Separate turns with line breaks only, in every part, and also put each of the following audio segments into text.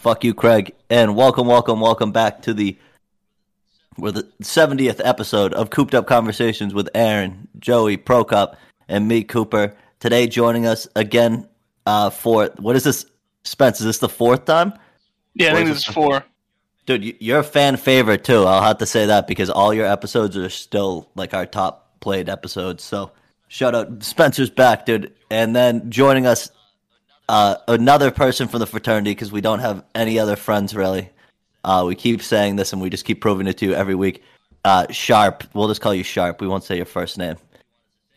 Fuck you, Craig, and welcome, welcome, welcome back to the we're the seventieth episode of Cooped Up Conversations with Aaron, Joey, Prokop, and me, Cooper. Today, joining us again uh, for what is this, Spence? Is this the fourth time?
Yeah, I
Or
think
is
this
it-
is four.
Dude, y- you're a fan favorite too. I'll have to say that because all your episodes are still like our top played episodes. So shout out Spencer's back, dude. And then joining us, uh, another person from the fraternity because we don't have any other friends really. Uh, we keep saying this and we just keep proving it to you every week. Uh, Sharp, we'll just call you Sharp. We won't say your first name.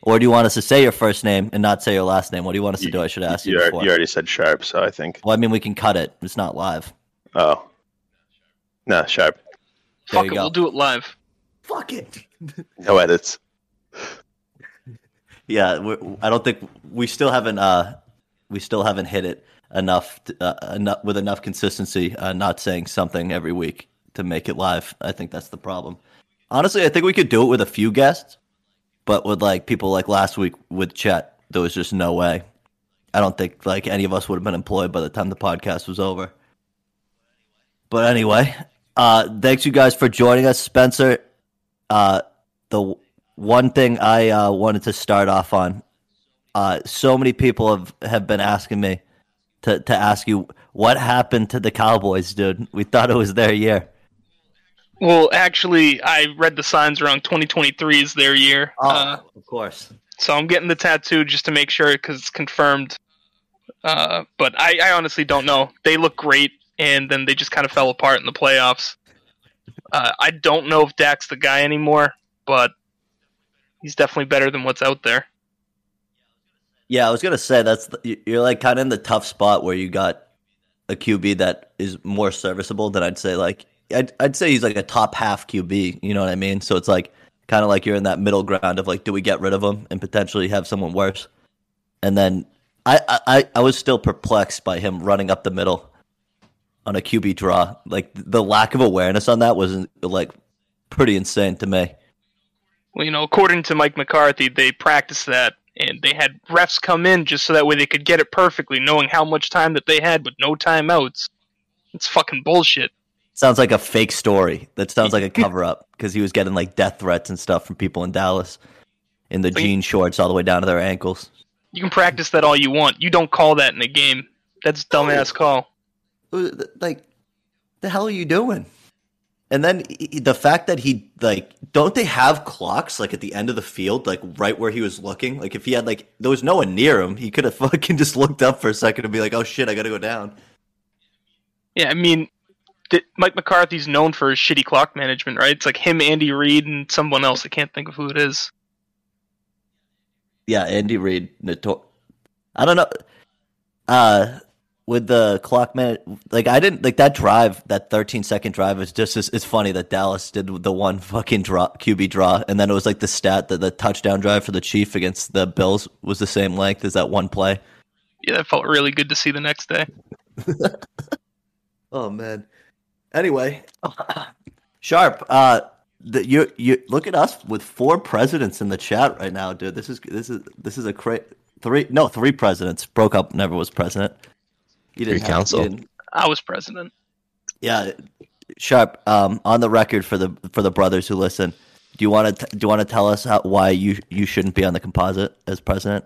Or do you want us to say your first name and not say your last name? What do you want us to do? I should ask you
You, al-
before.
you already said sharp, so I think.
Well, I mean, we can cut it. It's not live.
Oh, no, sharp.
There
Fuck
you
it,
go.
we'll do it live.
Fuck it.
No edits.
yeah we're, i don't think we still haven't uh we still haven't hit it enough t- uh, enough with enough consistency uh, not saying something every week to make it live i think that's the problem honestly i think we could do it with a few guests but with like people like last week with chet there was just no way i don't think like any of us would have been employed by the time the podcast was over but anyway uh thanks you guys for joining us spencer uh the one thing I uh, wanted to start off on. Uh, so many people have, have been asking me to, to ask you what happened to the Cowboys, dude. We thought it was their year.
Well, actually, I read the signs around 2023 is their year,
Oh.
uh,
of course.
so I'm getting the tattoo just to make sure because it's confirmed. Uh, but I, I honestly don't know. They look great, and then they just kind of fell apart in the playoffs. Uh, I don't know if Dak's the guy anymore, but he's definitely better than what's out there.
Yeah, I was gonna say that's the, you- you're like kind of in the tough spot where you got a QB that is more serviceable than I'd say like I'd I'd say he's like a top half QB. You know what I mean? So it's like kind of like you're in that middle ground of like, do we get rid of him and potentially have someone worse? And then I I- I, I was still perplexed by him running up the middle on a QB draw. Like the lack of awareness on that was like pretty insane to me.
Well, you know, according to Mike McCarthy, they practiced that and they had refs come in just so that way they could get it perfectly, knowing how much time that they had with no timeouts. It's fucking bullshit.
Sounds like a fake story. That sounds like a cover up because he was getting like death threats and stuff from people in Dallas in the
Think-
jean shorts all the way down to their ankles.
You can practice that all you want. You don't call that in a game. That's dumbass call.
Uh, th- Like, the hell are you doing? And then he- he- the fact that he like, don't they have clocks like at the end of the field, like right where he was looking? Like if he had like, there was no one near him, he could have fucking just looked up for a second and be like, oh shit, I gotta go down.
Yeah, I mean, th- Mike McCarthy's known for his shitty clock management, right? It's like him, Andy Reid, and someone else. I can't think of who it is.
Yeah, Andy Reid. Notor- I don't know. Uh, with the clock minute, like I didn't like that drive. That 13 second drive is just. It's, it's funny that Dallas did the one fucking draw QB draw, and then it was like the stat that the touchdown drive for the Chief against the Bills was the same length as that one play.
Yeah, that felt really good to see the next day.
Oh man. Anyway, Sharp. Uh, the, you you look at us with four presidents in the chat right now, dude. This is this is this is a cra- three no three presidents. Broke up never was president. You
Free council.
you didn't-
I was president.
yeah, Sharp. Um, on the record for the for the brothers who listen, do you want to do you want to tell us how, why you you shouldn't be on the composite as president?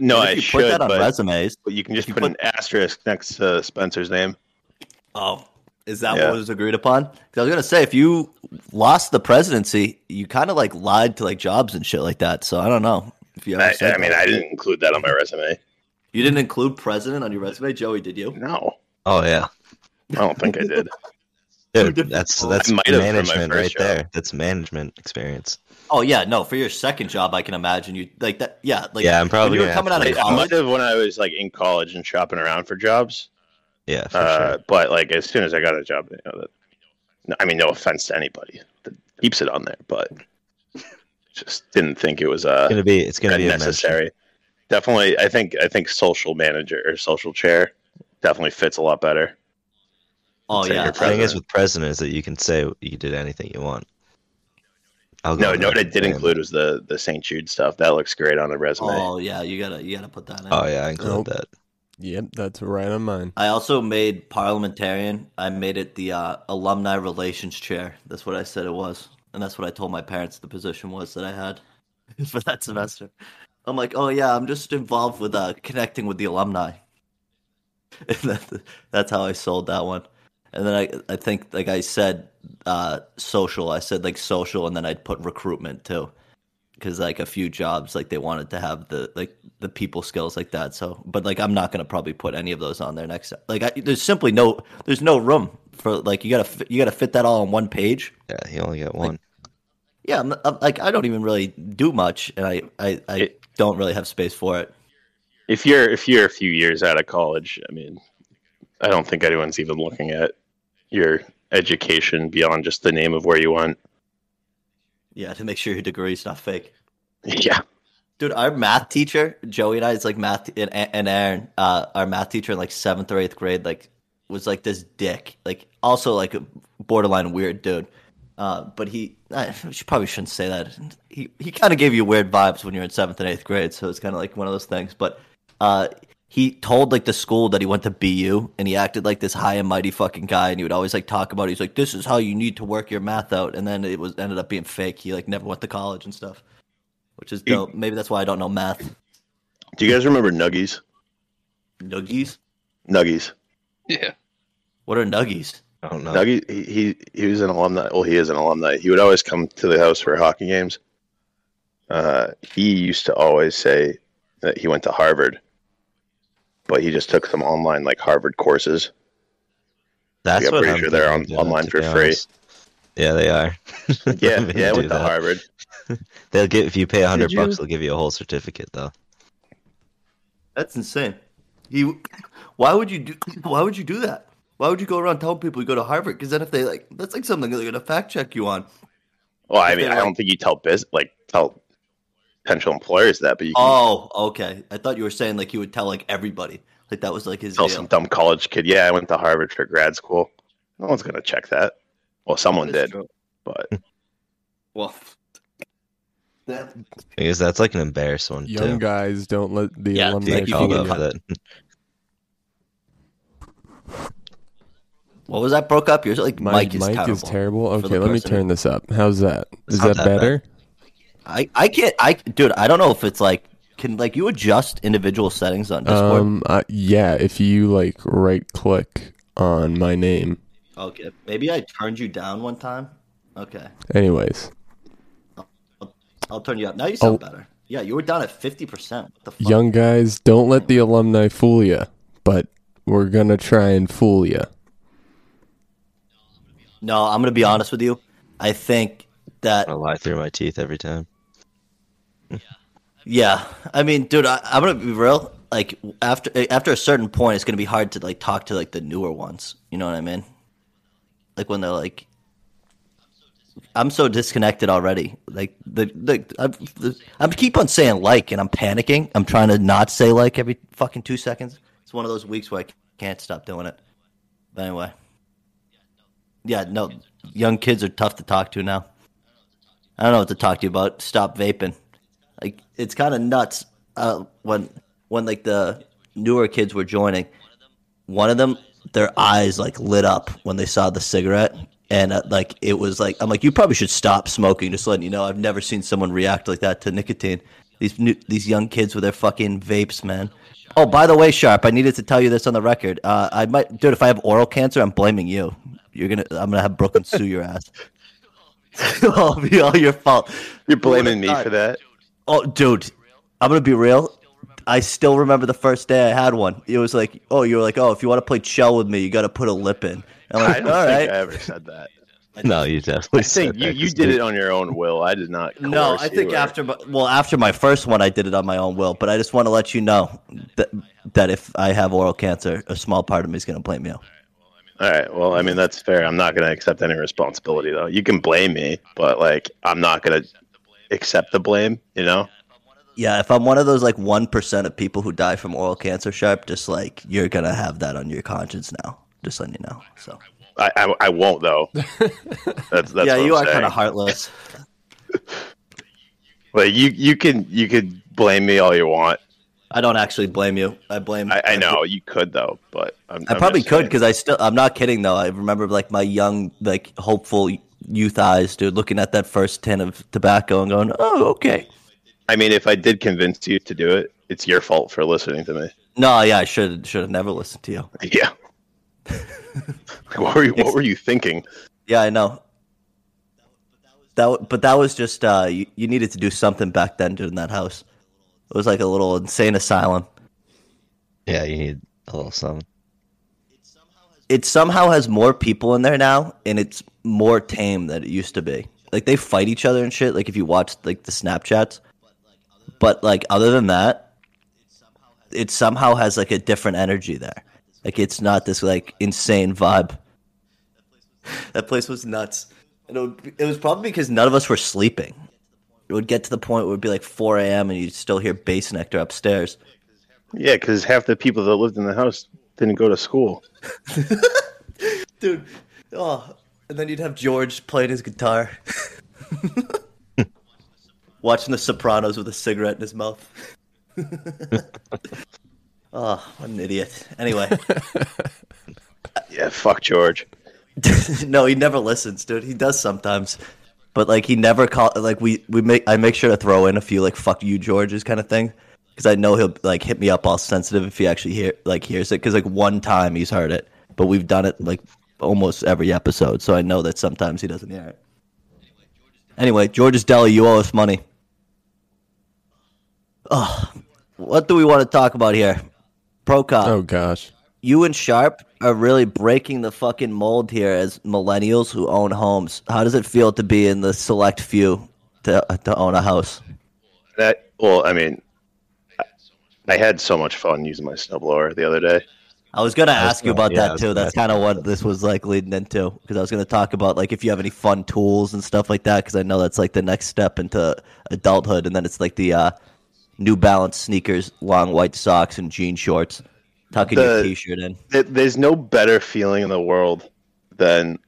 No,
And
I
if you
should,
put that on
but,
resumes.
but you can just
you
put, an asterisk next to Spencer's name.
Oh, is that
Yeah.
what was agreed upon? 'Cause I was gonna say if you lost the presidency, you kind of like lied to like jobs and shit like that. So I don't know if you ever
I,
said
I mean,
that.
I didn't include that on my resume.
you didn't include president on your resume, Joey. Did you?
No,
Oh yeah,
I don't think I did.
different
dude. That's
roles.
that's
I might have for my
management
first
right
job.
there. That's management experience.
Oh yeah, no. For your second job, I can imagine you like that. Yeah, like
yeah, I'm probably
when you were
gonna
coming
have
out
to
of
leave.
I
college.
might have when I was like in college and shopping around for jobs.
Yeah, for
Uh,
sure.
But like as soon as I got a job, you know, that, no, I mean, no offense to anybody that keeps it on there, but just didn't think it was uh,
It's gonna be it's gonna be a mention.
necessary. Definitely, I think I think social manager or social chair definitely fits a lot better.
Oh
Say
yeah,
your
The thing
uh, president.
is with president is that you can say you did anything you want. I'll
No,
on
no, what I
record
did
saying
include
that.
was the the St. Jude stuff. That looks great on a resume.
Oh yeah, you gotta you gotta put that in.
Oh yeah, I included that.
Yep, that's right on mine.
I also made parliamentarian. I made it the uh, alumni relations chair. That's what I said it was, and that's what I told my parents the position was that I had for that semester. I'm like, oh yeah, I'm just involved with uh, connecting with the alumni. And that, that's how I sold that one. And then I, I think like I said, uh, social. I said like social, and then I'd put recruitment too, because like a few jobs like they wanted to have the like the people skills like that. So, but like I'm not gonna probably put any of those on there next. Like I, there's simply no there's no room for like you gotta fi- you gotta fit that all on one page.
Yeah, he only got one.
Yeah, I'm, I'm like I don't even really do much, and I I, I
It-
don't really have space for it.
If you're if you're a few years out of college, I mean, I don't think anyone's even looking at your education beyond just the name of where you went.
Yeah, to make sure your degree's not fake.
Yeah,
Dude, our math teacher, Joey and I, is like math and, and Aaron, uh, our math teacher in like seventh or eighth grade, like was like this dick, like also like a borderline weird dude. Uh, but he, I she probably shouldn't say that. He he kind of gave you weird vibes when you're in seventh and eighth grade, so it's kind of like one of those things. But uh, he told like the school that he went to BU, and he acted like this high and mighty fucking guy, and he would always like talk about. It. He's like, "This is how you need to work your math out," and then it was ended up being fake. He like never went to college and stuff which is
You-
dope. Maybe that's why I don't know math.
do you guys remember nuggies?
Nuggies?
Nuggies.
Yeah.
What are nuggies?
I don't know.
Nuggie, Uh, he, he he was an alumni. Well, he is an alumni. He would always come to the house for hockey games. Uh, he used to always say that he went to Harvard, but he just took some online like Harvard courses.
That's
Yeah,
what
pretty
I'm
sure they're on-
thinking, Jonah,
online
to
for
be
free.
honest. Yeah, they are.
Yeah,
They
yeah, I
do
went to
that.
Harvard.
They'll give if you pay hundred
Did
bucks,
you?
they'll give you a whole certificate though.
That's insane. You, why would you do? Why would you do that? Why would you go around telling people you go to Harvard? Because then if they like, that's like something they're gonna fact check you on.
Well, I
If
mean,
they
I don't think you tell biz like tell potential employers that, but you can
Oh, okay. I thought you were saying like you would tell like everybody. Like that was like his
tell
deal.
some dumb college kid, "Yeah, I went to Harvard for grad school." No one's gonna check that. Well, someone
That's
did,
true.
but
Well, that,
Because that's like an embarrassed one
Young
too.
guys don't let the
Yeah,
alumni
They
like,
get
you
called
can
out
feel
get
for
it.
cut.
that.
what was that? Broke up. You're like
My
Mike is
mic
terrible.
is terrible.
the
Okay, let me
person who-
turn this up. How's that? Is
not
that
that bad.
better?
I I can't. I dude. I don't know if it's like can like you adjust individual settings on Discord.
Um, I, yeah. If you like right click on my name.
okay, maybe I turned you down one time. Okay.
Anyways,
I'll turn you up. Now you sound
Oh.
better. Yeah, you were down at fifty percent. What the fuck?
young guys, don't let the alumni fool you, but we're gonna try and fool you.
No, I'm gonna be honest with you. I think that
I lie through my teeth every time.
yeah. I mean, dude, I, I'm gonna be real. Like after after a certain point, it's gonna be hard to like talk to like the newer ones. You know what I mean? Like when they're like, I'm so disconnected already. Like the the I'm, the, I'm keep on saying like, and I'm panicking. I'm trying to not say like every fucking two seconds. It's one of those weeks where I can't stop doing it. But anyway, yeah, no, young kids are tough to talk to now. I don't know what to talk to you about. Stop vaping. Like it's kind of nuts. Uh, when when like the newer kids were joining, one of them their eyes like lit up when they saw the cigarette, and uh, like it was like I'm like you probably should stop smoking. Just letting you know, I've never seen someone react like that to nicotine. These new these young kids with their fucking vapes, man. Oh, by the way, Sharp, I needed to tell you this on the record. Uh, I might, dude. If I have oral cancer, I'm blaming you. You're gonna, I'm gonna have Brooklyn sue your ass. It'll be all your fault.
you're blaming me
God.
for that.
Oh, dude, I'm gonna be real. I still remember the first day I had one. It was like, oh, you were like, oh, if you want to play shell with me, you got to put a lip in. I'm
I
like,
don't
all
think
right.
I ever said that.
No, you definitely
I think
said
you,
that
you
'cause
did
they-
it on your own will. I did not.
No,
coerce
I think
you or-
after my, well, after my first one, I did it on my own will. But I just want to let you know that that if I have oral cancer, a small part of me is gonna blame you.
All right. Well, I mean that's fair. I'm not going to accept any responsibility though. You can blame me, but like I'm not going to accept the blame. You know?
Yeah, if I'm one of those like one percent of people who die from oral cancer, sharp, just like you're gonna have that on your conscience now. Just letting you know. So
I I, I won't though. That's that's
yeah,
what
you
I'm
are kind
saying.
of heartless.
Like you you can you can blame me all you want.
I don't actually blame you. I blame.
I, I know you could though, but I'm,
I
I'm
probably
just
could
saying.
because I still. I'm not kidding though. I remember like my young, like hopeful youth eyes, dude, looking at that first tin of tobacco and going, "Oh, okay."
I mean, if I did convince you to do it, it's your fault for listening to me.
No, yeah, I should should have never listened to you.
Yeah. what were you, what were you thinking?
Yeah, I know. That, w- but that was just uh, you, you needed to do something back then dude, in that house. It was like a little insane asylum.
Yeah, you need a little something.
It somehow has more people in there now, and it's more tame than it used to be. Like they fight each other and shit. Like if you watch like the Snapchats, but like other than that, it somehow has like a different energy there. Like it's not this like insane vibe. That place was nuts. And it, would be- it was probably because none of us were sleeping. It would get to the point where it would be like 4 a.m. and you'd still hear bass nectar upstairs.
Yeah, because half the people that lived in the house didn't go to school.
Dude, oh, and then you'd have George playing his guitar. Watching The Sopranos with a cigarette in his mouth. oh, what an idiot. Anyway,
Yeah, fuck George.
no, he never listens, dude. He does sometimes. But like he never call like we we make I make sure to throw in a few like fuck you Georges kind of thing because I know he'll like hit me up all sensitive if he actually hear like hears it because like one time he's heard it but we've done it like almost every episode so I know that sometimes he doesn't hear it. Anyway, George's Deli, you owe us money. Oh, what do we want to talk about here? Pro cop
Oh gosh.
you and Sharp are really breaking the fucking mold here as millennials who own homes. How does it feel to be in the select few to uh, to own a house?
That well, I mean, I, I had so much fun using my snowblower the other day.
I was gonna
was
ask you
gonna-
about
yeah, I
that
was
too.
gonna
That's kind of what this was like leading into because I was gonna talk about like if you have any fun tools and stuff like that because I know that's like the next step into adulthood and then it's like the uh, New Balance sneakers, long white socks, and jean shorts, tucking your
The-
t-shirt in.
There- There's no better feeling in the world than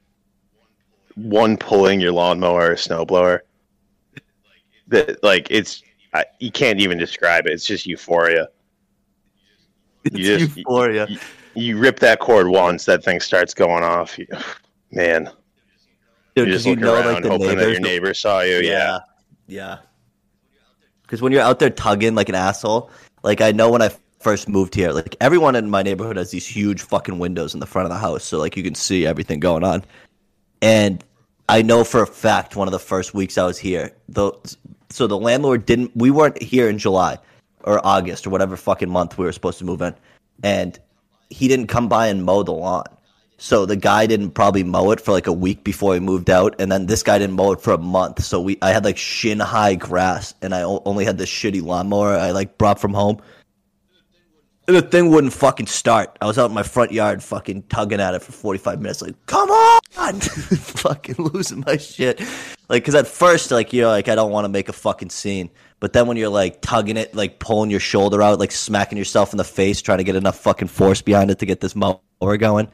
one pulling your lawnmower or snowblower. That like it's I, you can't even describe it. It's just euphoria. You
It's
just-
euphoria.
You rip that cord once, that thing starts going off. You, man,
Dude,
you
'cause
just look around hoping that your
neighbors-
neighbor saw you. yeah.
Yeah. Because when you're out there tugging like an asshole, like I know when I first moved here, like everyone in my neighborhood has these huge fucking windows in the front of the house. So like you can see everything going on. And I know for a fact one of the first weeks I was here, the, so the landlord didn't, we weren't here in July or August or whatever fucking month we were supposed to move in. And he didn't come by and mow the lawn. So the guy didn't probably mow it for like a week before he moved out, and then this guy didn't mow it for a month. So we, I had like shin high grass, and I o- only had this shitty lawnmower I like brought from home. And the thing wouldn't fucking start. I was out in my front yard, fucking tugging at it for forty five minutes. Like, come on, fucking losing my shit. Like, cause at first, like you're like, I don't want to make a fucking scene. But then when you're like tugging it, like pulling your shoulder out, like smacking yourself in the face, trying to get enough fucking force behind it to get this mower going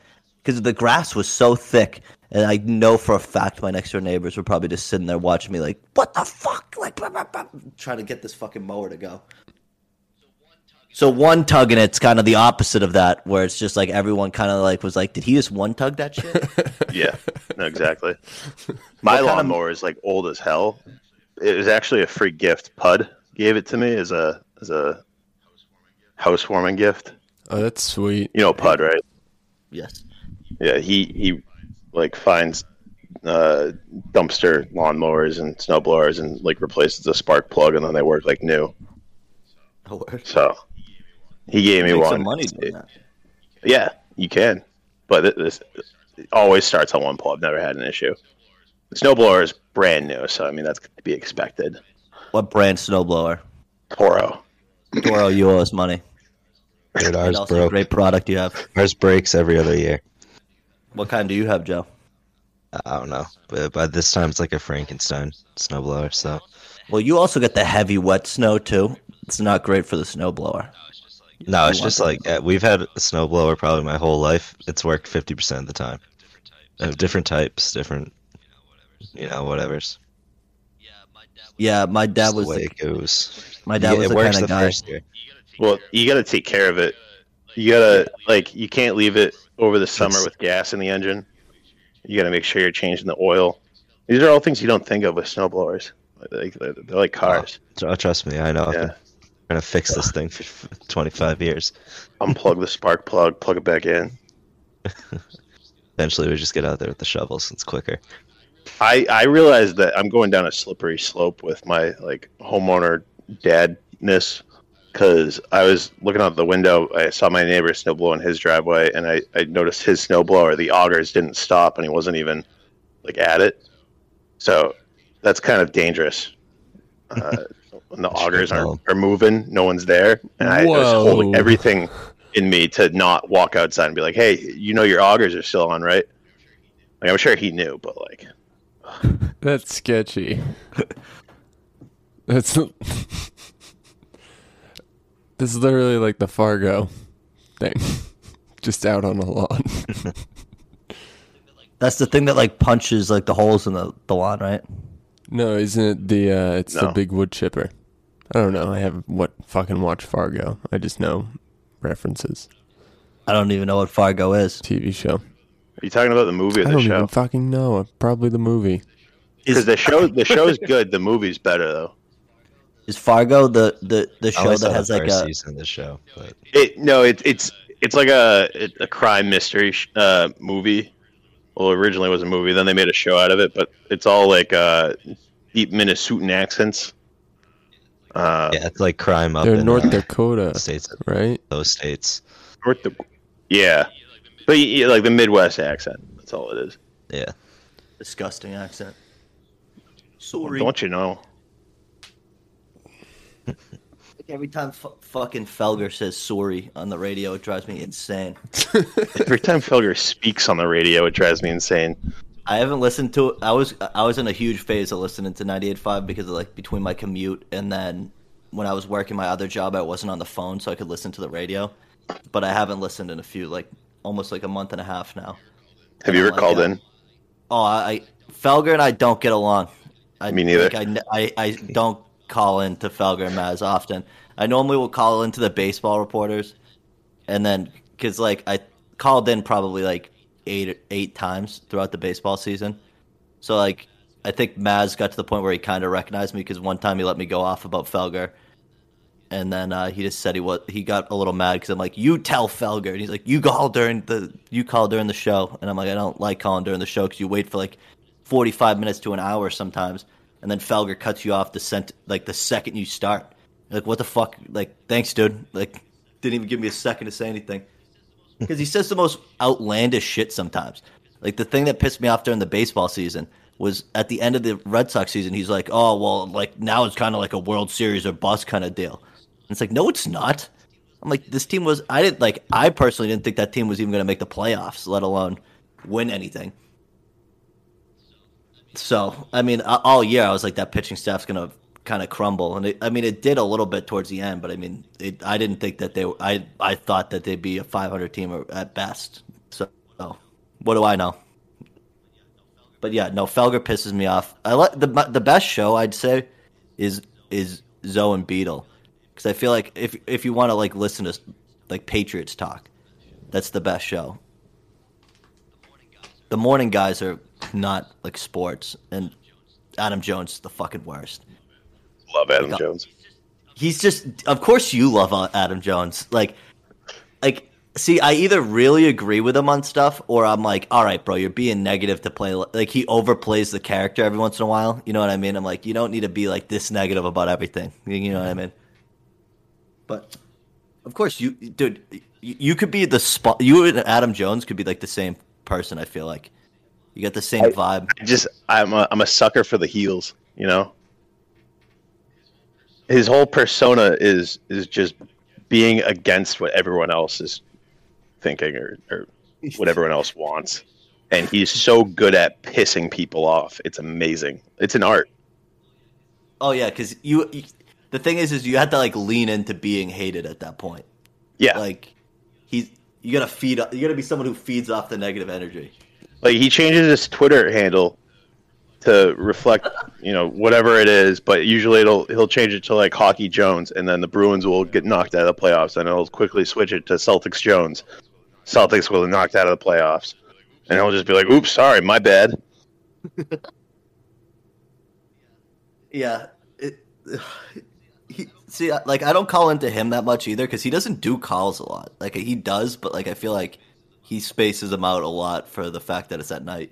because the grass was so thick. And I know for a fact my next door neighbors were probably just sitting there watching me, like, what the fuck? Like, blah, blah, blah, trying to get this fucking mower to go. So one tug and it's kind of the opposite of that, where it's just like everyone kind of like was like, did he just one tug that shit?
Yeah, no, exactly. My
What kind of-
lawnmower is like old as hell. It was actually a free gift. Pud gave it to me as a as a housewarming gift.
Oh, that's sweet.
You know Pud, right?
yes.
Yeah, he he like finds uh, dumpster lawnmowers and snowblowers and like replaces the spark plug and then they work like new.
No worries.
So he gave me
Make
one.
some money doing that.
Yeah, you can, but it, this it always starts on one pole. I've never had an issue. The snowblower is brand new, so I mean that's to be expected.
What brand snowblower?
Toro.
Toro, you owe us money.
Dude,
And
ours
also
broke.
great product you have.
Ours breaks every other year.
What kind do you have, Joe?
I don't know, but by this time it's like a Frankenstein snowblower. So
Well, you also get the heavy wet snow too. It's not great for the snowblower.
no, it's
You
just like uh, we've had a snowblower probably my whole life. It's worked fifty percent of the time. Of different types, different, you know, whatever's.
Yeah, my dad
Just
was
the way
the
it goes.
My dad
Yeah,
was
it
the
works
kind of
the
guy.
first year.
Well, you got to take care of it. You got to like you can't leave it over the summer with gas in the engine. You got to make sure you're changing the oil. These are all things you don't think of with snowblowers. Like they're, they're like cars.
Tr- uh, Trust me, I know. I've
Yeah.
been trying to fix this thing for 25 years.
Unplug the spark plug, plug it back in.
Eventually, we just get out there with the shovels. It's quicker.
I I realize that I'm going down a slippery slope with my like homeowner dadness because I was looking out the window. I saw my neighbor snow blowing his driveway, and I I noticed his snow blower the augers didn't stop, and he wasn't even like at it. So that's kind of dangerous. Uh, when the augers aren't are moving, no one's there, and I I was
Whoa.
holding everything in me to not walk outside and be like, "Hey, you know your augers are still on, right?" Like I'm sure he knew, but like.
That's sketchy. That's This is literally like the Fargo thing. Just out on the lawn.
That's the thing that like punches like the holes in the, the lawn, right?
No, isn't it the uh it's the
No.
big wood chipper. I don't know. I haven't what fucking watched Fargo. I just know references.
I don't even know what Fargo is.
TV show.
Are you talking about the movie or
I
the
don't
show?
even fucking know. Probably the movie.
Because the show the show's good, the movie's better though.
Is Fargo the the, the
I
show
only saw
that has
the
like
first
a
season of the show, but
It no, it, it's it's like a it- a crime mystery sh- uh, movie. Well, originally it was a movie, then they made a show out of it, but it's all like uh, deep Minnesotan accents. Uh,
yeah, it's like crime up
They're
in
North
uh,
Dakota,
states,
right?
those states.
North Da- yeah, but yeah, like the Midwest accent. That's all it is.
Yeah,
disgusting accent? Sorry.
Don't you know?
Every time f- fucking Felger says sorry on the radio, it drives me insane.
Every time Felger speaks on the radio, it drives me insane.
I haven't listened to it. I was I was in a huge phase of listening to 98.5 because of like between my commute and then when I was working my other job, I wasn't on the phone, so I could listen to the radio. But I haven't listened in a few like almost like a month and a half now.
Have you
Oh
ever
my
called
God.
in?
Oh, I, I Felger and I don't get along. I
Me neither.
think I, n- I- I don't call in to Felger and Maz often. I normally will call into the baseball reporters, and then because like I called in probably like eight eight times throughout the baseball season, so like I think Maz got to the point where he kind of recognized me because one time he let me go off about Felger. And then uh, he just said he was. He got a little mad because I'm like, "You tell Felger," and he's like, "You call during the you call during the show," and I'm like, "I don't like calling during the show because you wait for like 45 minutes to an hour sometimes, and then Felger cuts you off the sent like the second you start. You're like, what the fuck? Like, thanks, dude. Like, didn't even give me a second to say anything because he says the most outlandish shit sometimes. Like the thing that pissed me off during the baseball season was at the end of the Red Sox season, he's like, "Oh well, like now it's kind of like a World Series or bust kind of deal." And it's like, no, it's not. I'm like, this team was. I didn't like. I personally didn't think that team was even going to make the playoffs, let alone win anything. So I mean, a- all year I was like, that pitching staff's going to kind of crumble, and it, I mean, it did a little bit towards the end, but I mean, it, I didn't think that they. were- I I thought that they'd be a 500 team or, at best. So, so what do I know? But yeah, no, Felger pisses me off. I like the the best show I'd say is is Zoe and Beetle because I feel like if if you want to like listen to like Patriots talk, that's the best show. The morning guys are not like sports, and Adam Jones is the fucking worst.
Love Adam Jones.
He's just, of course, you love uh, Adam Jones. Like, like, see, I either really agree with him on stuff, or I'm like, all right, bro, you're being negative to play. Like, he overplays the character every once in a while. You know what I mean? I'm like, you don't need to be like this negative about everything. You you know what I mean? But of course, you, dude, you, you could be the spot. You and Adam Jones could be like the same person. I feel like you got the same vibe.
I just I'm a I'm a sucker for the heels, you know. His whole persona is is just being against what everyone else is thinking or, or what everyone else wants. And he's so good at pissing people off. It's amazing. It's an art.
Oh yeah, because you, you. The thing is, is you have to like lean into being hated at that point.
Yeah. Like,
like he's you gotta feed you gotta be someone who feeds off the negative energy
he changes his Twitter handle to reflect, you know, whatever it is. But usually it'll he'll change it to like Hockey Jones, and then the Bruins will get knocked out of the playoffs, and it'll quickly switch it to Celtics Jones. Celtics will get knocked out of the playoffs, and he'll just be like, "Oops, sorry, my bad."
Yeah. It, he, see, I- like I don't call into him that much either because he doesn't do calls a lot. Like he does, but like I feel like he spaces them out a lot for the fact that it's at night.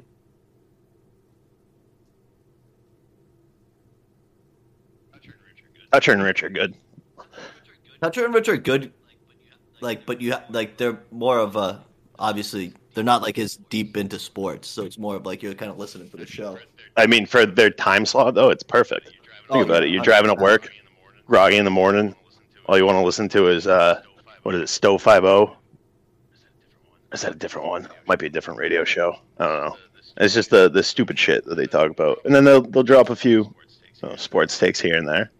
Thatcher and Rich are good.
Petra and Rich are good, like, but you ha- like they're more of a obviously they're not like as deep into sports, so it's more of like you're kind of listening for the show.
I mean, for their time slot though, it's perfect. Think
Oh,
about
yeah,
it. You're driving to
100%.
work, groggy in the morning. All you want to listen to is uh, what is it? Stowe Five O. Is that a different one? Might be a different radio show. I don't know. It's just the the stupid shit that they talk about, and then they'll they'll drop a few uh, sports takes here and there.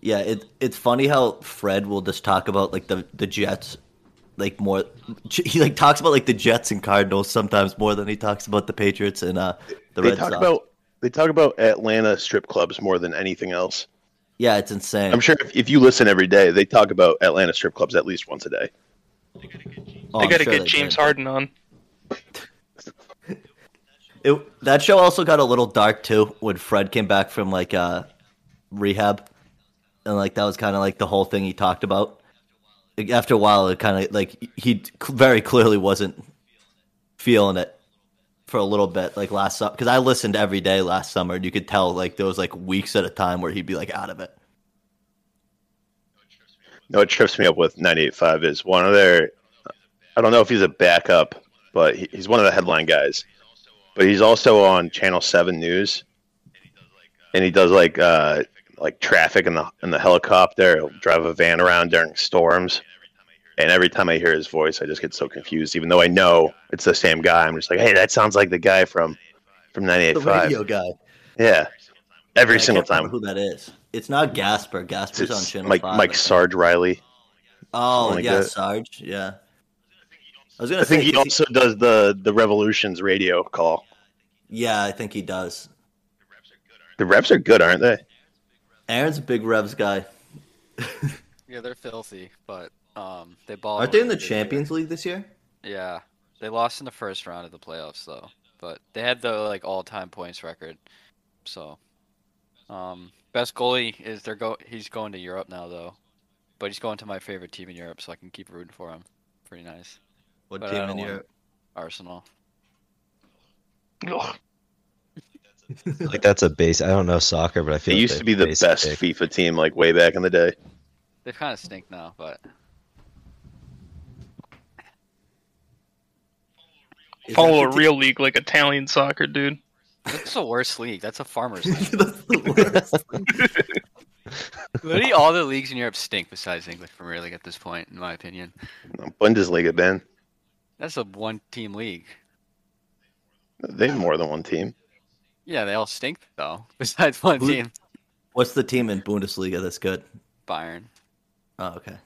Yeah, it it's funny how Fred will just talk about like the the Jets, like more. He like talks about like the Jets and Cardinals sometimes more than he talks about the Patriots and uh the
they
Red
talk
Sox.
about they talk about Atlanta strip clubs more than anything else.
yeah, it's insane.
I'm sure if, if you listen every day, they talk about Atlanta strip clubs at least once a day.
Oh,
they
I'm
got to
sure
get
they
James
did.
Harden on.
It, that show also got a little dark too when Fred came back from like uh, rehab, and like that was kind of like the whole thing he talked about. Like, After a while, it kind of like he very clearly wasn't feeling it for a little bit, like last summer. Because I listened every day last summer, and you could tell like there was like weeks at a time where he'd be like out of it.
No, what trips me up with 98.5 is one of their. I don't know if he's a backup, but he, he's one of the headline guys. But he's also on Channel Seven News, and he does like uh, like traffic in the in the helicopter. He'll drive a van around during storms, and every time I hear his voice, I just get so confused. Even though I know it's the same guy, I'm just like, hey, that sounds like the guy from from
The radio
98.5
guy,
Yeah, every
I
single
can't remember
time.
who that is? It's not Gasper. Gasper's on
It's
Channel
Mike
Five.
Mike Sarge Riley.
oh
something like
yeah,
that.
Sarge. Yeah, I was gonna.
I think
say,
he
'cause he-
also does the the Revolutions radio call.
yeah, I think he does.
The reps are good, aren't they?
Aaron's a big Revs guy.
Yeah, they're filthy, but um, they ball.
Aren't they in the Champions League this year?
Yeah, they lost in the first round of the playoffs though, but they had the like all-time points record. So, um, best goalie is they're go. He's going to Europe now though, but he's going to my favorite team in Europe, so I can keep rooting for him. Pretty nice,
What
But I
team
don't
in
want-
Europe?
Arsenal.
Ugh.
Like that's a base. I don't know soccer, but I feel
They
like
used
they
to be the
basic
best
pick.
FIFA team, like way back in the day.
They kind of stink now, but
Is
Follow
that
a
the
real league like Italian soccer, dude.
that's the worst league. That's a farmers.
team-
league.
That's the worst.
Literally, all the leagues in Europe stink besides English Premier League at this point, in my opinion.
Bundesliga, Ben.
That's a one-team league.
They have more than one team.
Yeah, they all stink though. Besides one
Who-
team,
What's the team in Bundesliga that's good?
Bayern.
Oh, okay.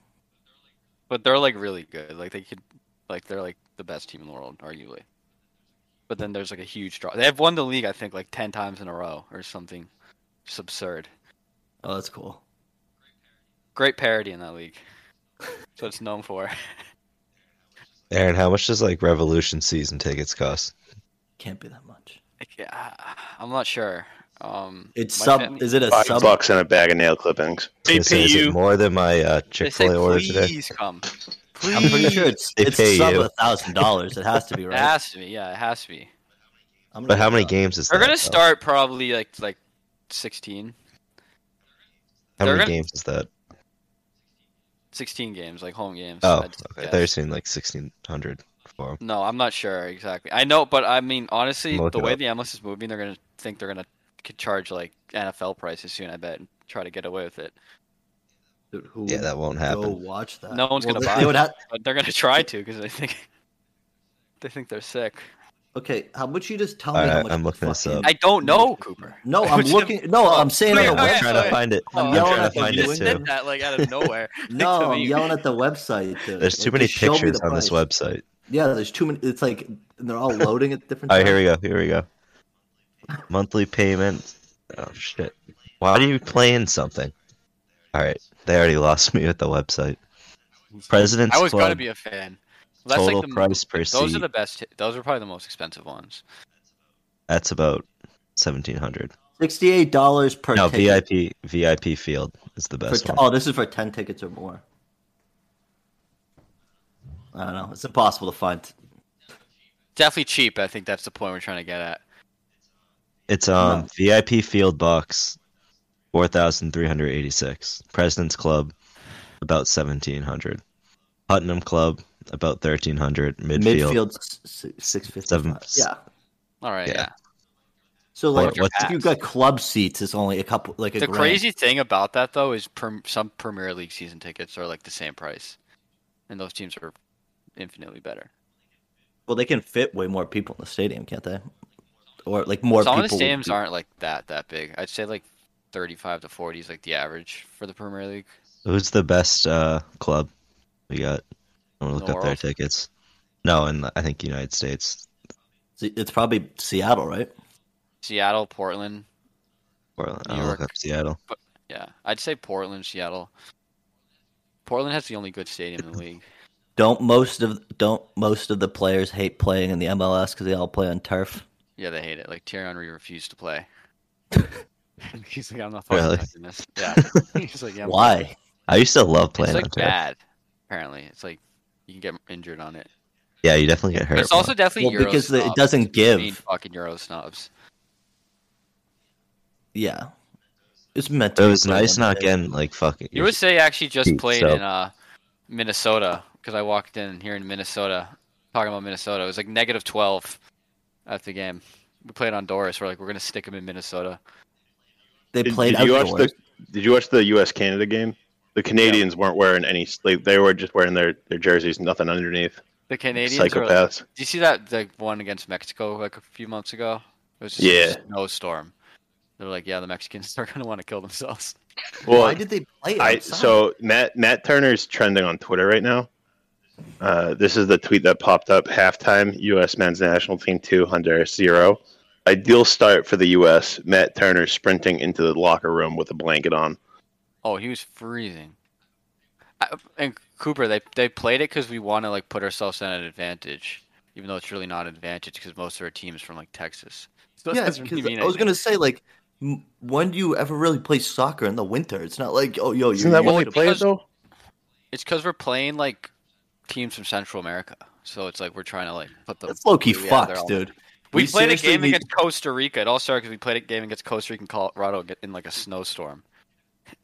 But they're like really good. Like they could, like they're like the best team in the world, arguably. But then there's like a huge draw. They've won the league, I think, like ten times in a row or something. It's absurd.
Oh, that's cool.
Great parody in that league. So it's known for.
Aaron, how much does like Revolution season tickets cost?
Can't be that much.
yeah, I'm not sure. Um,
It's
my
sub.
family-
Is it a
Five
sub?
bucks and a bag of nail clippings.
I
They
was gonna
pay
say, is
you.
it more than my uh,
They
Chick
say
Fil A order today?
please come. Please.
I'm pretty sure it's
They
it's
pay
sub
you.
a thousand dollars. It has to be
It
right.
has to be. Yeah, it has to be.
I'm gonna
But how
look it
many
up.
games is
They're
that?
gonna
though?
start probably like like 16,
How
they're
many
gonna-
games is that?
16 games, like home games.
Oh,
I'd
okay.
guess.
They're seeing like sixteen hundred for 'em.
No, I'm not sure exactly. I know, but I mean, honestly,
Look
the
it
way
up.
the MLS is moving, they're gonna think they're gonna c- charge like NFL prices soon. I bet and try to get away with it.
Dude, who
Yeah, that won't
would Go
happen.
watch that.
No one's gonna
they,
buy
They
it.
would have,
But they're gonna try to because they think they think they're sick.
okay, how would you just tell
All
me how
right,
much?
I'm
the
looking this
fucking-
up.
I don't know, Cooper.
no, I'm looking. No, I'm saying
Wait,
on the
wait,
web.
I'm
wait.
trying to find it.
Oh,
I'm
yelling
trying
at
to
the
You
find it
just
viewing
too.
did that like out of nowhere.
No,
Tell
I'm
me-
yelling at the website. Dude.
There's too
Like,
many
just show me
pictures
the
on this
price.
website.
Yeah, there's too many. It's like and they're all loading at different.
All right, here
times.
we go. Here we go. monthly payment. Oh shit! Why do you plan something? All right, they already lost me with the website. President's
I was
Club
gonna be a fan. Well, that's
total
like the,
price per
Those are
seat.
the best. Those are probably the most expensive ones.
That's about seventeen hundred.
Sixty-eight dollars per
No,
ticket.
VIP VIP field is the
For
best
t-
one.
oh, this is for ten tickets or more. I don't know. It's impossible to find.
Definitely cheap. I think that's the point we're trying to get at.
It's um VIP field box, four thousand three hundred eighty six. President's Club, about seventeen hundred. Putnam Club, about thirteen hundred. Midfield,
Midfield, six fifty.
Seven-
Yeah.
All right.
Yeah.
Yeah.
So
Or
like,
what's-
if you got club seats, it's only a couple, like a
The
grand.
crazy thing about that though is per, some Premier League season tickets are like the same price, and those teams are infinitely better.
Well, they can fit way more people in the stadium, can't they? Or like more
Some
people.
of the
would
stadiums
be-
aren't like that that big. I'd say like 35 to 40 is like the average for the Premier League.
Who's the best uh, club we got? I'm gonna
In
look
the
up their
world?
tickets. No, in the- I think United States,
It's probably Seattle, right?
Seattle, Portland.
Portland.
New
I'll look
York.
up Seattle.
Yeah, I'd say Portland, Seattle. Portland has the only good stadium in the league.
Don't most of don't most of the players hate playing in the MLS because they all play on turf?
Yeah, they hate it. Like Thierry Henry refused to play. He's like, I'm not
Really?
fucking doing this. Yeah. He's like, yeah. I'm-
Why?
I used to love playing
It's
on
like
turf.
bad. Apparently, it's like you can get injured on it.
Yeah, you definitely get
But
hurt.
it's also definitely
Well,
Euro
because the- it
snobs.
doesn't
It's being
give.
fucking Euro snobs.
Yeah, it's meant.
it
to be
was
played
nice
on
not
turf.
getting like fucking.
USA actually just
Pete,
played
so-
in uh, Minnesota because I walked in here in Minnesota talking about Minnesota. It was like negative 12 at the game. We played on Doris. We're like, we're going to stick them in Minnesota.
They
Did,
played
did you watch
outdoors.
the Did you watch the U.S. Canada game? The Canadians weren't wearing any sleep. They were just wearing their, their jerseys, nothing underneath.
The Canadians are like,
Psychopaths.
Do you see that the one against Mexico like a few months ago? It was just
Yeah.
a snowstorm. They're like, yeah, the Mexicans are gonna want to kill themselves.
Well,
Why did they play?
I
outside?
so Matt Matt Turner's trending on Twitter right now. Uh, this is the tweet that popped up halftime U.S. men's national team two Honduras zero. Ideal start for the U.S. Matt Turner sprinting into the locker room with a blanket on.
Oh, he was freezing. I, and Cooper, they they played it because we want to like put ourselves at an advantage, even though it's really not an advantage because most of our teams from like Texas. So it
yeah,
doesn't really
because
mean
I was
anything.
gonna say like, m- when do you ever really play soccer in the winter? It's not like oh yo,
Isn't
you're
that when
used
we
to-
played
because-
though?
It's because we're playing like teams from Central America, so it's like we're trying to like put them.
That's low key
Yeah, they're
fucks,
all-
dude.
We, played a
seriously
game
need-
against Costa Rica. It all started because we played a game against Costa Rica and Colorado in like a snowstorm.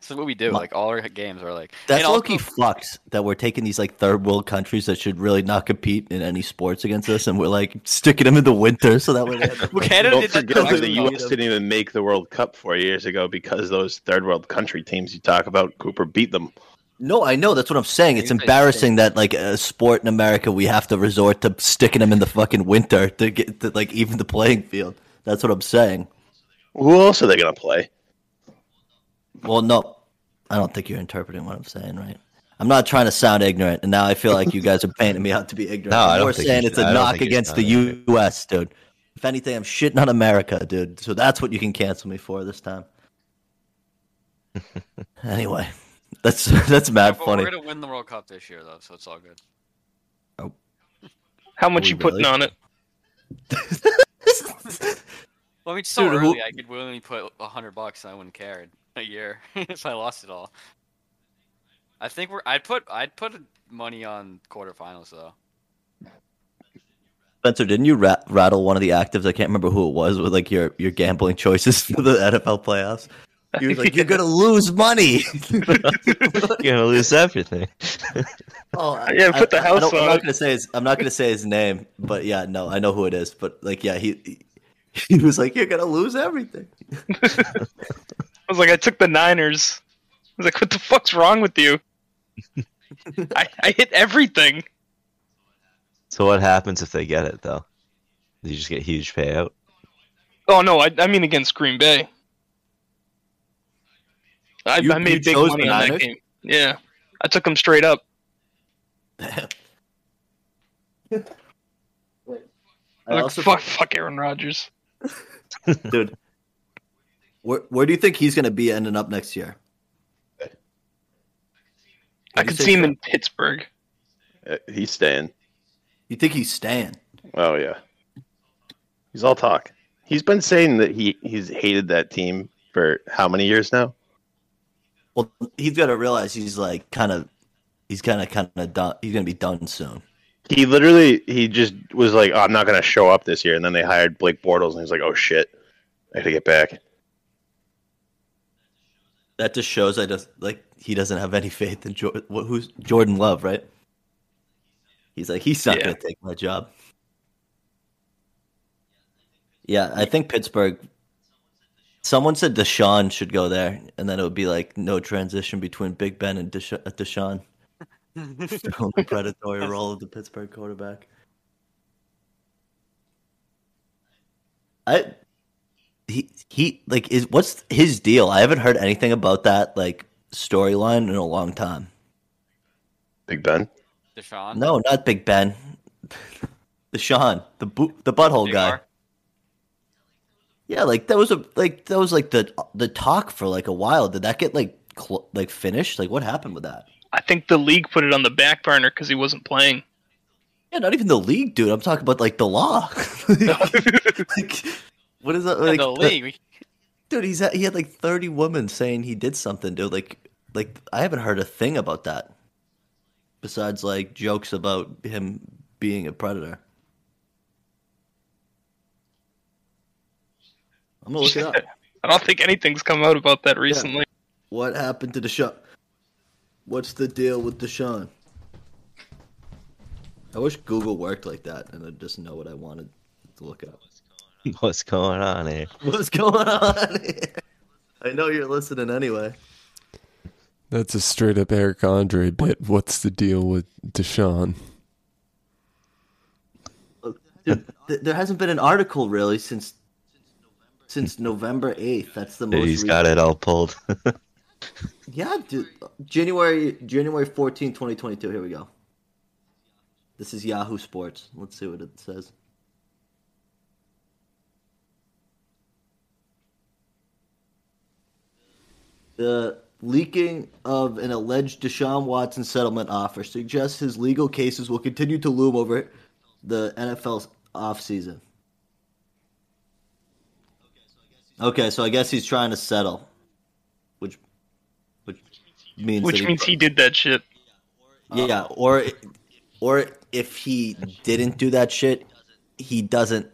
so what we do,
Ma-
like all our games are like
That's
and also-
low key fucks that we're taking these like third world countries that should really not compete in any sports against us, and we're like sticking them in the winter so that way. They have
Well, Canada
Don't
did that.
forget
to
that the
Mexico.
U.S. didn't even make the World Cup four years ago because those third world country teams you talk about, Cooper beat them.
no, I know that's what I'm saying. It's
You're right.
embarrassing that like a sport in America we have to resort to sticking them in the fucking winter to get to, like even the playing field. That's what I'm saying.
Who else are they going to play?
Well, no, I don't think you're interpreting what I'm saying right. I'm not trying to sound ignorant, and now I feel like you guys are painting me out to be ignorant.
No, I don't
We're
think
saying
you-
it's a
I don't
knock
think you're
against the
sounding ignorant.
U.S., dude. If anything, I'm shitting on America, dude. So that's what you can cancel me for this time. anyway, that's that's mad
But
funny.
We're gonna win the World Cup this year, though, so it's all good.
How much
we
you putting
really?
on it?
Well, I mean, it's so
Dude, who-
early. I could willingly put a hundred bucks, and I wouldn't care in a year if I lost it all. I think we're. I'd put. I'd put money on quarterfinals, though.
Spencer, didn't you rat- rattle one of the actives? I can't remember who it was with like your your gambling choices for the NFL playoffs. He was like, "You're gonna lose money."
You're gonna lose everything.
Oh, I,
Yeah, put the house
don't- I'm
on
not
it.
gonna say his. I'm not gonna say his name, but yeah, no, I know who it is. But like, yeah, he he was like, "You're gonna lose everything."
I was like, I took the Niners. I was like, what the fuck's wrong with you? I, I hit everything.
so what happens if they get it though? You just get huge payout.
Oh no, I, I mean against Green Bay. I,
You-
I
you
made big
chose
money
the
on that
Niners?
game. Yeah, I took them straight up.
I
I was like,
also
fuck, fuck Aaron Rodgers.
dude. Where where do you think he's gonna be ending up next year?
I
Did you
could
say
see him
Phil-
in Pittsburgh.
Uh, He's staying.
You think he's staying?
Oh yeah, he's all talk. He's been saying that he he's hated that team for how many years now?
Well, he's got to realize he's like kind of, he's kind of kind of done. He's gonna be done soon.
He literally he just was like, oh, I'm not gonna show up this year, and then they hired Blake Bortles, and he's like, oh shit, I gotta get back.
That just shows I just like he doesn't have any faith in Jordan. Who's Jordan Love, right? He's like he's not
Yeah.
gonna take my job. Yeah, I think Pittsburgh. Someone said Deshaun should go there, and then it would be like no transition between Big Ben and Desha- uh, Deshaun. Still the predatory role of the Pittsburgh quarterback. I he he like is what's his deal? I haven't heard anything about that like storyline in a long time.
Big Ben.
Deshaun.
No, not Big Ben. the Sean, the bo- the butthole guy.
JR?
Yeah, like that was a like that was like the the talk for like a while. Did that get like cl- like finished? Like what happened with that?
I think the league put it on the back burner because he wasn't playing.
Yeah, not even the league, dude. I'm talking about like the law. like, what is that?
Yeah,
Like, uh,
the league. we-
dude, he's at, he had like 30 women saying he did something, dude. Like, like I haven't heard a thing about that besides like jokes about him being a predator. I'm gonna look it up.
I don't think anything's come out about that recently.
What happened to Deshaun? What's the deal with Deshaun? I wish Google worked like that and I'd just know what I wanted to look up.
What's going on here?
What's going on? I know you're listening anyway.
That's a straight up Eric Andre bit. What's the deal with Deshaun?
Dude, th- there hasn't been an article really since since November 8th. That's the most
He's
recent-
got it all pulled.
Yeah, dude. January January 14, 2022. Here we go. This is Yahoo Sports. Let's see what it says. The leaking of an alleged Deshaun Watson settlement offer suggests his legal cases will continue to loom over the NFL's offseason. Okay, so I guess he's trying to settle, which which means
Which
that
means he did that shit.
yeah, or or if he didn't do that shit, he doesn't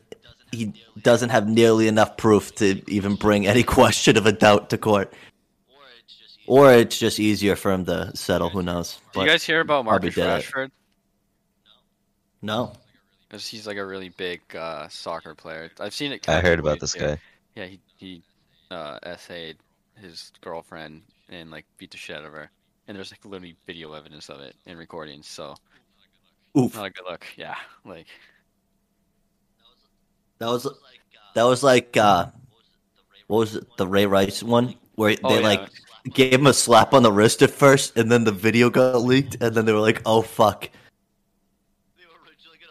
he doesn't have nearly enough proof to even bring any question of a doubt to court. Or it's just easier for him to settle. Who knows?
Did you
But
guys hear about
Probably
Marcus
dead.
Rashford?
no,
'Cause he's like a really big uh, soccer player. I've seen it.
I
kinda
heard about
tweeted
this
there.
guy.
Yeah, he he uh, essayed his girlfriend and like beat the shit out of her. And there's like literally video evidence of it and recordings. So
oof.
not a good look. Yeah, like
That was that was like uh, what was it? The Ray Rice one where they
oh, yeah.
like gave him a slap on the wrist at first, and then the video got leaked, and then they were like, "Oh fuck."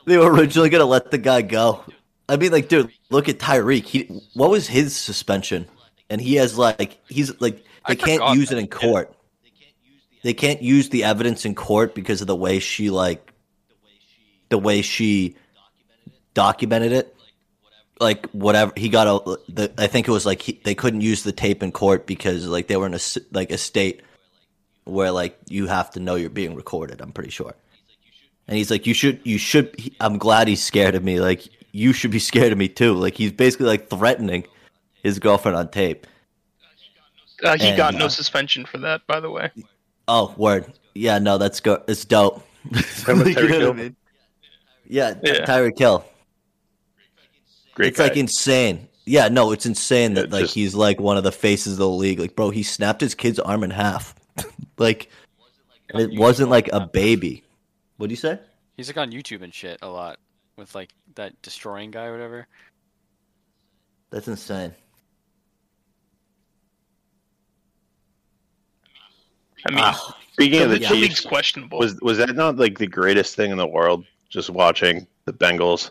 They were originally gonna let the guy go. I mean, like, dude, look at Tyreek. He, what was his suspension? And he has like, he's like,
I
they can't
forgot
use
that,
it in
yeah.
court. They can't use the evidence in court because of the way she like, the way she documented it. Like whatever he got a, the, I think it was like he, they couldn't use the tape in court because like they were in a s- like a state where like you have to know you're being recorded. I'm pretty sure. And he's like, you should, you should. He, I'm glad he's scared of me. Like you should be scared of me too. Like he's basically like threatening his girlfriend on tape.
Uh, he
And,
got
uh,
no suspension for that, by the way.
Oh word, yeah, no, that's go. It's dope.
Remember
Like, you know
Tyreek
what I
Hill?
mean? Yeah,
Yeah.
Tyreek Hill.
Great
it's
guy.
like insane. Yeah, no, it's insane that
Yeah,
like
just-
he's like one of the faces of the league. Like, bro, he snapped his kid's arm in half. like, and it wasn't like a baby. What do you say?
he's like on YouTube and shit a lot with like that destroying guy or whatever.
That's insane.
I mean,
Ah.
Speaking of the
the league's
Chiefs,
questionable.
was was that not like the greatest thing in the world? Just watching the Bengals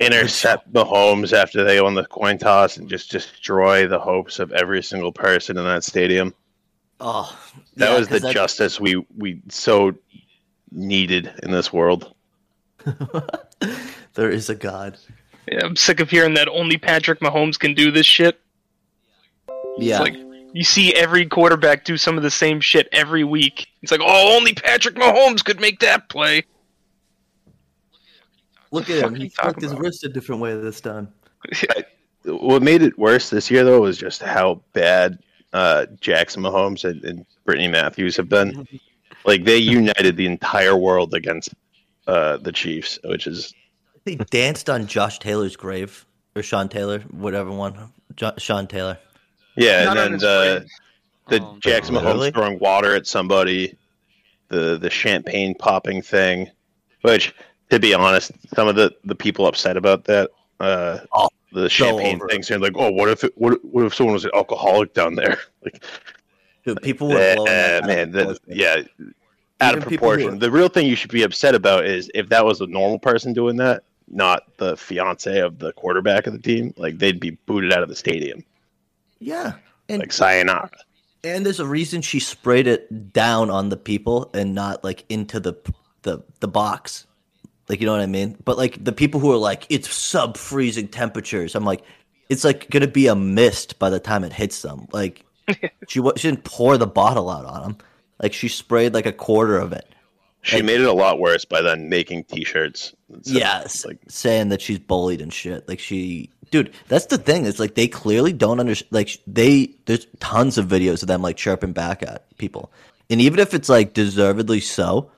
intercept Mahomes after they won the coin toss and just destroy the hopes of every single person in that stadium.
Oh,
That
yeah,
was
'cause
the justice we we so needed in this world.
there is a god.
Yeah, I'm sick of hearing that only Patrick Mahomes can do this shit.
Yeah,
like- You see every quarterback do some of the same shit every week. It's like, oh, only Patrick Mahomes could make that play.
look
the
at
fuck
him.
are you
He
talking
fucked his
about?
wrist a different way this time.
What made it worse this year though was just how bad uh, Jackson Mahomes and, and Brittany Matthews have been. Like they united the entire world against uh, the Chiefs, which is
He danced on Josh Taylor's grave or Sean Taylor, whatever one. Jo- Sean Taylor.
yeah,
Not on
and
his
then uh,
grave.
the
Oh,
Um,
Jackson
Literally?
Mahomes throwing water at somebody, the the champagne popping thing, which to be honest, some of the the people upset about that. Uh,
Oh,
the champagne
over it.
thing, saying like, "Oh, what if it, what, what if someone was an alcoholic down there?" Like,
Dude, people were blowing that
uh,
out
man,
of
that,
proportion.
yeah, out of
Even people who
proportion. The real thing you should be upset about is if that was a normal person doing that, not the fiance of the quarterback of the team. Like, they'd be booted out of the stadium.
Yeah, and
Like, sayonara.
and there's a reason she sprayed it down on the people and not like into the the the box. Like you know what I mean? But like the people who are like it's sub freezing temperatures. I'm like it's like going to be a mist by the time it hits them. Like she wa- she didn't pour the bottle out on them. Like she sprayed like a quarter of it.
She
Like-
made it a lot worse by then making T-shirts. that said,
yes,
like
saying that she's bullied and shit. Like she, dude, that's the thing. It's like they clearly don't understand. Like sh- they, there's tons of videos of them like chirping back at people, and even if it's like deservedly so,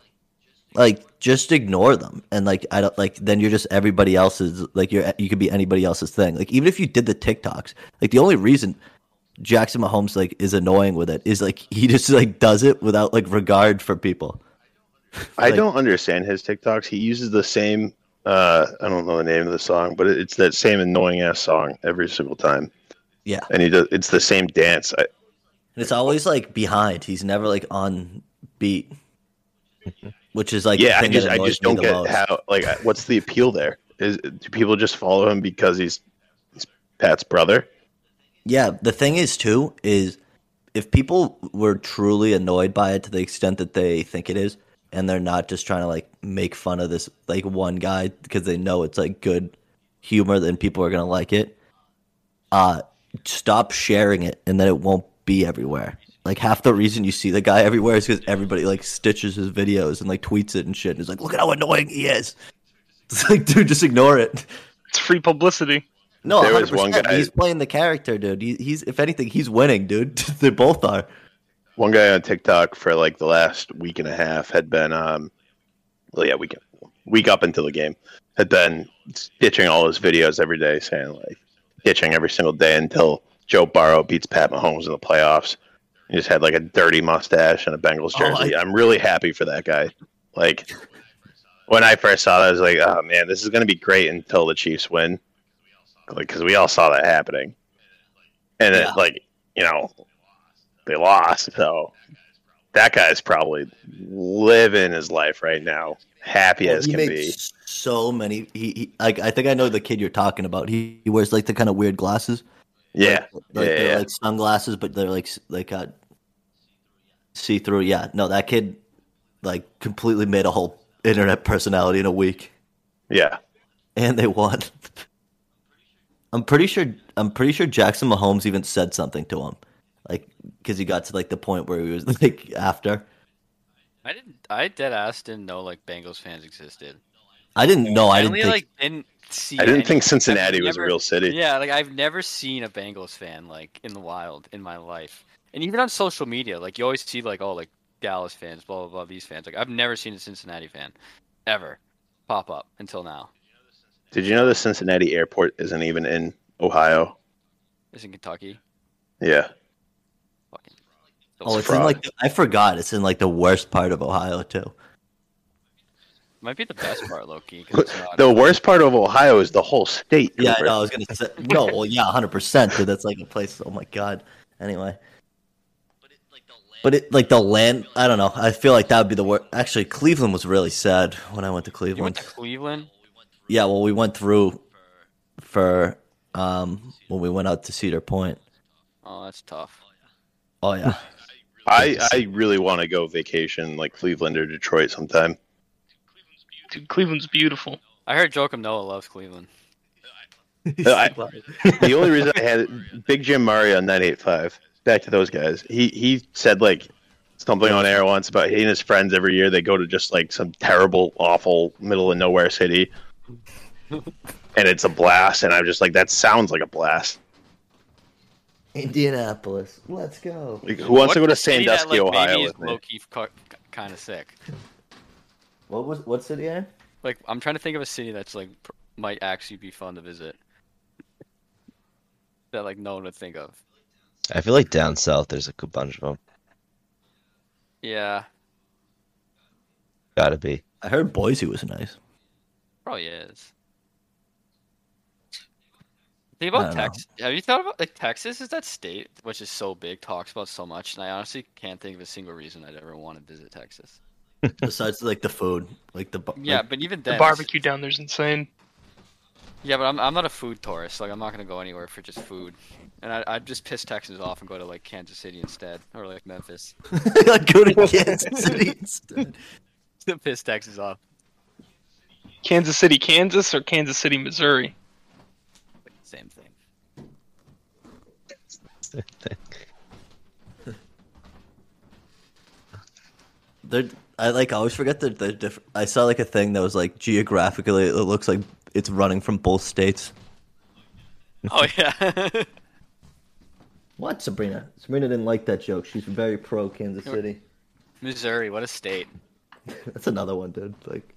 like just ignore them. And like I don't like then you're just everybody else's. Like you're you could be anybody else's thing. Like even if you did the TikToks, like the only reason. Jackson Mahomes like is annoying with it is like he just like does it without like regard for people.
I
like-
don't understand his TikToks. He uses the same. Uh, I don't know the name of the song, but it- it's that same annoying ass song every single time,
Yeah.
and he does. It's the same dance. I,
And it's always like behind. He's never like on beat, which is like the
yeah, I
thing
just
that
I
annoys
just
me
don't
the
get
most.
how like I- what's the appeal there? Is do people just follow him because he's, he's Pat's brother?
Yeah, the thing is too is if people were truly annoyed by it to the extent that they think it is, and they're not just trying to like make fun of this like one guy because they know it's like good humor, then people are gonna like it. Uh stop sharing it, and then it won't be everywhere. Like half the reason you see the guy everywhere is because everybody like stitches his videos and like tweets it and shit. And it's like, look at how annoying he is. It's like, dude, just ignore it.
It's free publicity.
No,
There
100%.
was one guy-
He's playing the character, dude. He, he's if anything, he's winning, dude. they both are.
One guy on TikTok for like the last week and a half had been um, well yeah week week up until the game had been ditching all his videos every day saying like ditching every single day until Joe Burrow beats Pat Mahomes in the playoffs. He just had like a dirty mustache and a Bengals
Oh, I-
jersey. I'm really happy for that guy. Like when I first saw that, I was like, oh man, this is gonna be great until the Chiefs win. Like because we all saw that happening, and
Yeah.
it, like you know they lost, so that guy's probably living his life right now, happy as
he
can be.
makes so many. He, he like I think I know the kid you're talking about. He, he wears like the kind of weird glasses.
Yeah,
like,
yeah,
like, they're
yeah.
like sunglasses, but they're like s- like uh, see through. Yeah, no, that kid like completely made a whole internet personality in a week,
yeah.
and they won. I'm pretty sure. I'm pretty sure Jackson Mahomes even said something to him, like because he got to like the point where he was like after.
I didn't. I dead ass didn't know like Bengals fans existed.
I didn't know. I didn't
only
think.
like didn't see.
I didn't
any-
think Cincinnati
I've
was a
never-
real city.
Yeah, like I've never seen a Bengals fan like in the wild in my life, and even on social media, like you always see like oh like Dallas fans, blah blah blah, these fans. Like I've never seen a Cincinnati fan ever pop up until now.
Did you know the Cincinnati airport isn't even in Ohio?
It's in Kentucky.
Yeah,
Fucking.
oh, it's in
fraud.
like the, I forgot. It's in like the worst part of Ohio too.
Might be the best part, Loki. Cause it's not,
the worst part of Ohio is the whole state.
Yeah, I
Cooper.
know. I was gonna say no. Well, yeah, hundred percent. Dude, that's like a place. Oh my god. Anyway, but it like the land. I don't know. I feel like that would be the worst. Actually, Cleveland was really sad when I went to
you went
Cleveland.
to Cleveland.
Yeah, well, we went through for um, when we went out to Cedar Point.
Oh, that's tough.
Oh yeah,
I I really want to go vacation like Cleveland or Detroit sometime.
Dude, Cleveland's beautiful.
I heard Joakim Noah loves Cleveland.
I- the only reason I had Big Jim Mario on 985, back to those guys. He he said like something on air once about he and his friends every year they go to just like some terrible, awful middle of nowhere city. And it's a blast, and I'm just like, that sounds like a blast.
Indianapolis, let's go.
Like, who wants to go to
City that,
Sandusky,
like,
Ohio?
Maybe is
with me?
low key kind of sick.
What was what city? Aaron?
Like I'm trying to think of a city that's like pr- might actually be fun to visit. That like no one would think of.
I feel like down south there's a good bunch of them.
Yeah,
Gotta be.
I heard Boise was nice.
probably is. Think
I
about
don't know.
Texas. Have you thought about like Texas is that state which is so big, talks about so much, and I honestly can't think of a single reason I'd ever want to visit Texas.
Besides, like the food, like the bu-
Yeah,
like-
but even
The
then, it's-
barbecue down there's insane.
Yeah, but I'm, I'm not a food tourist. Like, I'm not gonna go anywhere for just food. And I, I'd just piss Texans off and go to like Kansas City instead, or like Memphis.
I'd go to Kansas City instead.
piss Texans off.
Kansas City, Kansas, or Kansas City, Missouri.
Same thing.
They're, I like always forget that they're different. I saw like a thing that was like geographically, it looks like it's running from both states.
Oh yeah.
What, Sabrina? Sabrina didn't like that joke. She's very pro Kansas City.
Missouri, what a state.
That's another one, dude. Like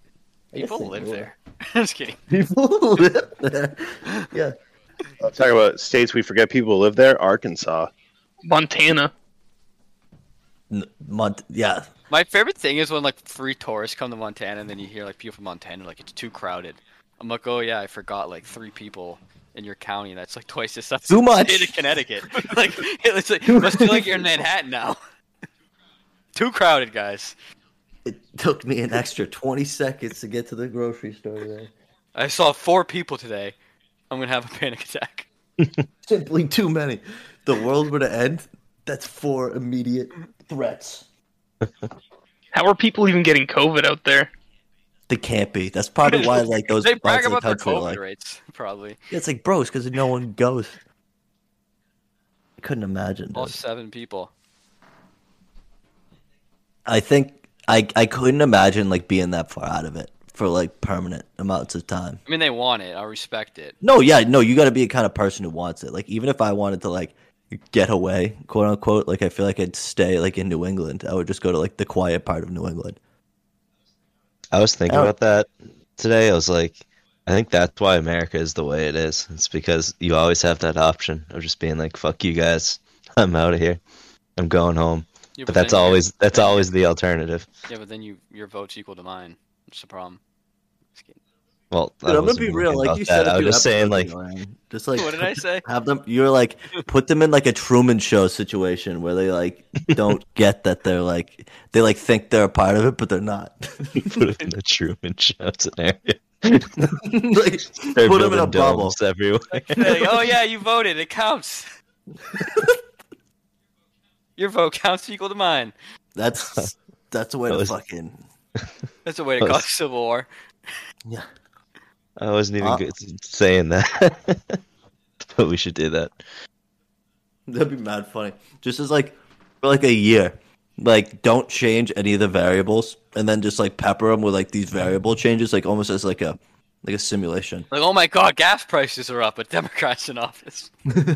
I guess
People
they
live
do it.
there. just kidding.
People live there. Yeah.
I'll talk about states we forget people live there. Arkansas.
Montana.
N- Mont- yeah.
My favorite thing is when like three tourists come to Montana and then you hear like people from Montana like it's too crowded. I'm like, oh yeah, I forgot like three people in your county. That's like twice the size.
Too
of the
much.
State of Connecticut. like it's like must feel like you're in Manhattan now. too crowded, guys.
It took me an extra 20 seconds to get to the grocery store there.
I saw four people today. I'm gonna have a panic attack.
Simply too many. The world were to end. That's four immediate threats.
How are people even getting COVID out there?
They can't be. That's probably why, like those
They brag
parts of the
about their
country,
COVID
are like
rates, probably.
Yeah, it's like bros because no one goes. I couldn't imagine. dude.
All seven people.
I think I I couldn't imagine like being that far out of it for like permanent amounts of time.
I mean, they want it. I respect it.
No, yeah, no, you got to be a kind of person who wants it. Like even if I wanted to like get away, quote unquote, like I feel like I'd stay like in New England. I would just go to like the quiet part of New England.
I was thinking
Oh.
about that today. I was like, I think that's why America is the way it is. It's because you always have that option of just being like, "Fuck you guys, I'm out of here, I'm going home."
Yeah,
But that's
then-
always that's always the alternative.
Yeah, but then you your vote's equal to mine. That's the problem. Just kidding.
Well, I
Dude, I'm gonna
wasn't
be
really
real. Like
about
you
that.
said,
I was just saying, like,
just like
What did I say?
have them. You're like put them in like a Truman Show situation where they like don't get that they're like they like think they're a part of it, but they're not.
put it in the Truman Show scenario.
like,
They're
put them in
building
a bubble.
domes everywhere.
They're like, oh yeah, you voted. It counts. your vote counts equal to mine.
That's that's a way
That
to
was-
fucking
That's a way to
That was-
cause civil war.
yeah.
I wasn't even
Uh.
good saying that, but we should do that.
That'd be mad funny. Just as like for like a year, like don't change any of the variables, and then just like pepper them with like these variable changes, like almost as like a like a simulation.
Like, oh my God, gas prices are up, but Democrats in office.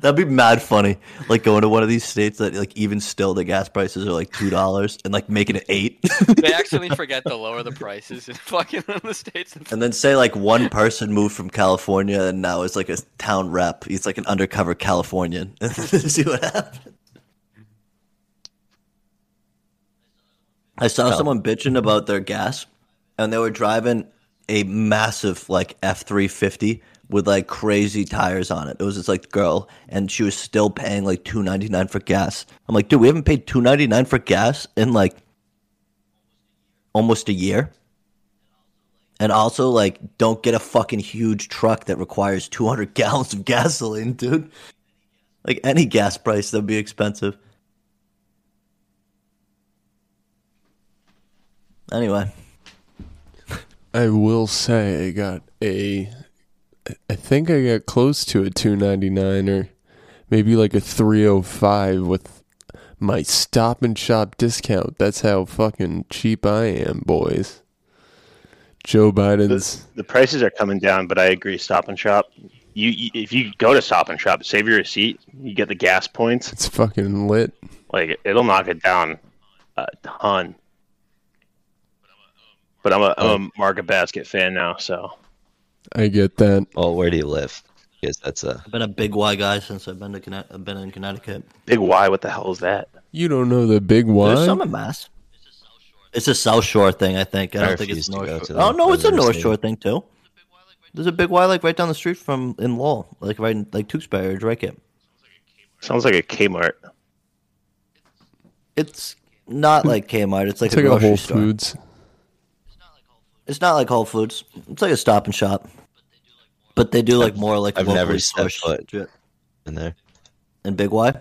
That'd be mad funny. Like going to one of these states that like even still the gas prices are like two dollars, and like making it eight,
They actually forget to lower the prices in fucking the states.
and then say like one person moved from California and now is like a town rep. He's like an undercover Californian. See what happens. I saw someone bitching about their gas, and they were driving a massive like F three fifty with like crazy tires on it. It was this like girl, and she was still paying like two ninety nine for gas. I'm like, dude, we haven't paid two ninety nine for gas in like almost a year. And also, like, don't get a fucking huge truck that requires 200 gallons of gasoline, dude. Like, any gas price, that'd be expensive. Anyway,
I will say I got a I think I got close to a 299 or maybe like a 305 with my stop and shop discount. That's how fucking cheap I am, boys. Joe Biden's
The, the prices are coming down, but I agree. Stop and shop. You, you if you go to Stop and Shop, save your receipt. You get the gas points.
it's fucking lit.
Like it'll knock it down a ton. But I'm a, I'm
Um,
a Market Basket fan now, so
I get that.
Well, where do you live? Because that's uh, a
I've been a big Y guy since I've been to Conne- I've been in Connecticut.
Big Y. What the hell is that?
You don't know the big one.
There's some in Mass. It's a South Shore thing, I think. I
I
don't think
refuse
it's
to
North
go
Shore.
to
Oh
that.
no, it's a
I've never
North
seen
Shore
it.
thing too. There's a big Y like right down the street from in Lowell, like right in, like Tewksbury or Drake.
Sounds like a Kmart.
It's not like Kmart. It's like
it's
a
like a
grocery
Whole
store.
Foods.
It's not like Whole Foods. It's like a Stop and Shop, but they do like more like
I've never
locally
stepped
sourced
foot.
shit.
in there.
And Big Y,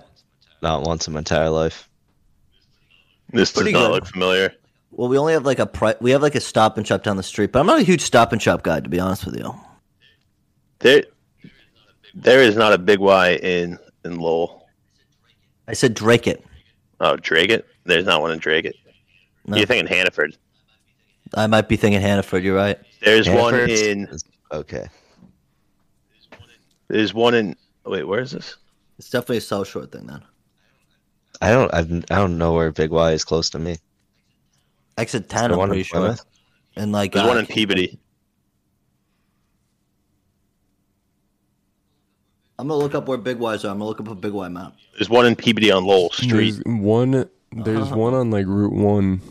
Not once in my entire life.
This
Pretty
does not
good.
look familiar.
well, we only have like a pri- we have like a Stop and Shop down the street, but I'm not a huge Stop and Shop guy to be honest with you.
There, there is not a Big Y in in Lowell.
I said Drake it.
Oh, Dragut? There's not one in Dragut.
No.
You're thinking Hannaford.
I might be thinking Hannaford. You're right.
There's one
Hanford's-
in.
Okay.
There's one in. Wait, where is this?
It's definitely a South Shore thing then.
I don't. I've, I don't know where Big Y is close to me.
Exit ten,
The
I'm
one in
pretty sure.
Plymouth?
And like
There's
uh,
one in Peabody.
I'm gonna look up where Big Y's are. I'm gonna look up a Big Y map.
There's one in Peabody on Lowell Street.
There's one. There's one on like Route One.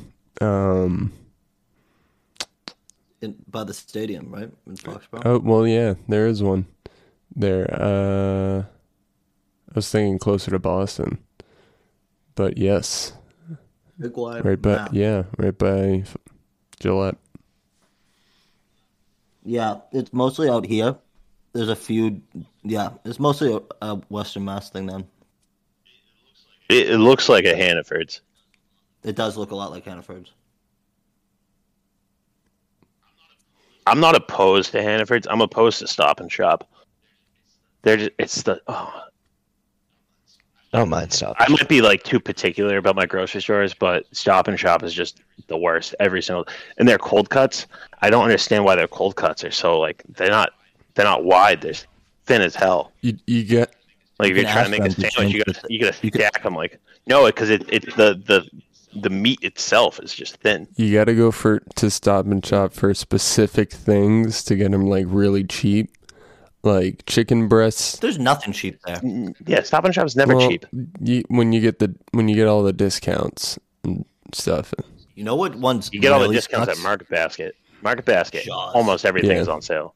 Um.
In, by the stadium, right? In Foxborough.
Oh well, yeah, there is one there. Uh, I was thinking closer to Boston, but yes,
Big Y
right by
map.
yeah, right by F- Gillette.
Yeah, it's mostly out here. There's a few. Yeah, it's mostly a, a Western Mass thing. Then
It, it looks like a Hannaford's.
it does look a lot like Hannaford's.
I'm not opposed to Hannaford's. I'm opposed to Stop and Shop. They're just, it's the. Oh,
I don't mind stopping.
I might be like too particular about my grocery stores, but Stop and Shop is just the worst every single. And their cold cuts, I don't understand why their cold cuts are so like they're not they're not wide. They're thin as hell.
You you get
Like if
You can
you're trying
ask
to make a
them to
sandwich, you
change
gotta
the-
you gotta stack them. Like no, because it it's the the the meat itself is just thin.
you got to go for to Stop and Shop for specific things to get them like really cheap, like chicken breasts.
There's nothing cheap there.
Mm, Yeah, Stop and Shop's never
Well,
cheap.
You, when you get the when you get all the discounts and stuff.
You know what? One's
You get all the
really
discounts
sucks?
at Market Basket. Market Basket,
Jaws.
almost everything
Yeah.
is on sale.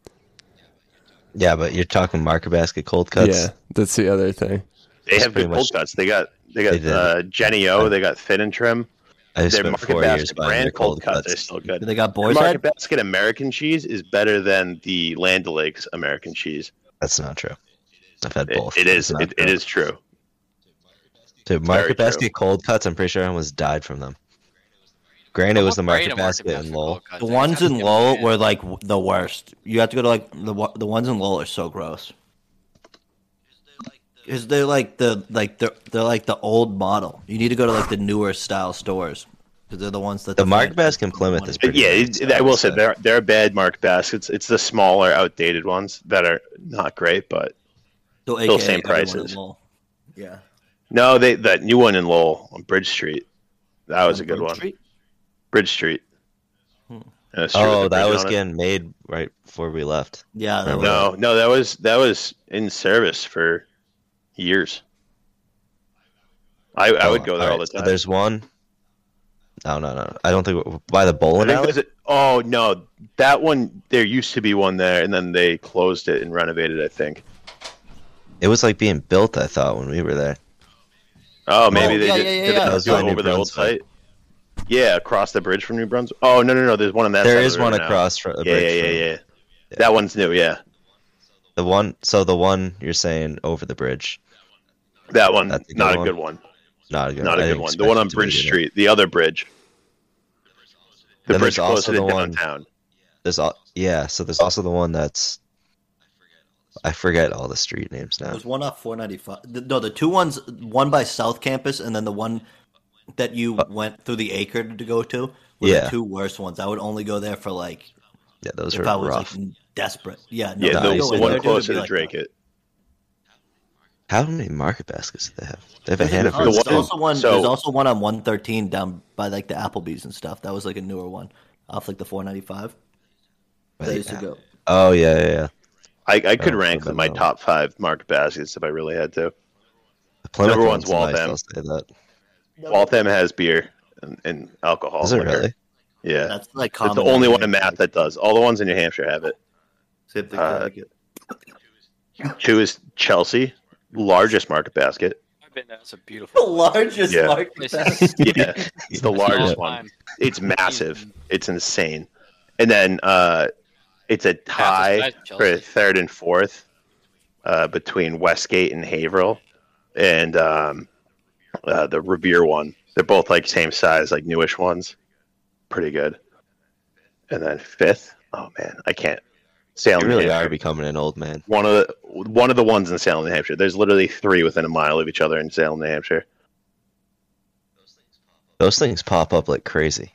Yeah, but you're talking market basket cold cuts.
yeah, that's the other thing.
They
That's
have
pretty
good cold
much-
cuts. They got they
They
got
did.
uh, Jenny O. They got Thin and Trim.
I
Their
spent
Market
four years
Basket
buying their
brand
cold cuts.
are still good.
They got
Their
boys
Market
head.
Basket American cheese is better than the Land O'Lakes American cheese.
That's not true. I've had
It-
both.
it
It's
is.
not
It, it
true.
is true. very
Dude, market
true.
basket cold cuts. I'm pretty sure I almost died from them. Granted, it was the
Right,
market
a market
basket in Lowell.
cold cut.
The
They
ones
kinda
in
give a
Lowell
shit.
were like w- the worst. You have to go to like the wa- the ones in Lowell are so gross. Cause they're like the like they're they're like the old model. You need to go to like the newer style stores because they're the ones that
The
the
market
fans-
basket in Plymouth is
But
pretty.
yeah,
nice,
it, I will
would
say there there are bad Market Baskets. It's the smaller, outdated ones that are not great. But
So,
still
AKA,
same
everyone in
prices.
Lowell. Yeah,
no, they that new one in Lowell on Bridge Street. That was a good one. Bridge Street. And a street with
Oh,
a
that
bridge
was
on it.
getting made right before we left.
Yeah, that
No.
was-
No, no, that was that was in service for years. I, I would
Oh,
go there all the
alright, so
time.
there's one. No, no, no. I don't think by
I
the bowling
think
alley.
there's a, oh no, that one there used to be one there, and then they closed it and renovated. I think.
It was like being built. I thought when we were there.
Oh, maybe
Oh,
they
yeah,
did,
yeah, yeah,
did they
yeah.
go
That was the one in
over the old site.
Brunswick.
Yeah, across the bridge from New Brunswick. Oh no, no, no. There's one on that.
There
side of
is
the
one
river now.
across from the
Yeah,
bridge.
yeah, yeah,
from-
yeah, That one's new. Yeah,
The one, so the one you're saying over the bridge,
that one.
That's a good
Not a
one.
good one.
not a good,
Not
I
a good
didn't
one. The
expect
one
it
on
to be
Bridge
good.
Street. The other bridge. The
Then
bridge
there's also
closer to
the one-
downtown.
There's all, yeah. So there's also the one that's, I forget all the street names now.
There's one off 495. The- No, the two ones, one by South Campus, and then the one that you
Uh.
went through the acre to go to were
Yeah.
the two worst ones. I would only go there for like
Yeah, those
if
are
I was
rough.
like desperate. Yeah, no,
Yeah,
you
no, I
the,
go
used
the
in
one
there, dude, it'd
closer
be
to
like- uh,
Drake it.
How many market baskets do they have? They have a
There's,
handful.
"Oh, there's
The one-
also one.
so-
there's also one on 113 down by like the Applebee's and stuff. That was like a newer one off like the 495.
By
That
the
used to go.
Oh yeah, yeah, yeah.
I, I could
Oh,
rank
but
my
no.
top five market baskets if I really had to.
The Plymouth
Number
one's
one's
nice,
Waltham.
I'll say that.
Waltham has beer and, and alcohol.
Is it
liquor.
really?
Yeah.
That's like
It's
common
the only one in Math that does. All the ones in New Hampshire have it.
Typically,
uh,
like it.
Two is Chelsea, largest market basket.
I've been there. It's a beautiful
the largest
Yeah.
market.
place.
basket.
It's
Yeah, it's the largest
all
one.
time.
It's massive. It's insane. And then uh, it's a tie
Fastest guy,
for
Chelsea.
third and fourth uh, between Westgate and Haverhill, and um, uh, the Revere one. They're both like same size, like newish ones. Pretty good. And then fifth. Oh man, I can't. Salem,
You really
New Hampshire.
are becoming an old man.
one of the one of the ones in Salem, New Hampshire. There's literally three within a mile of each other in Salem, New Hampshire.
Those things pop up like crazy.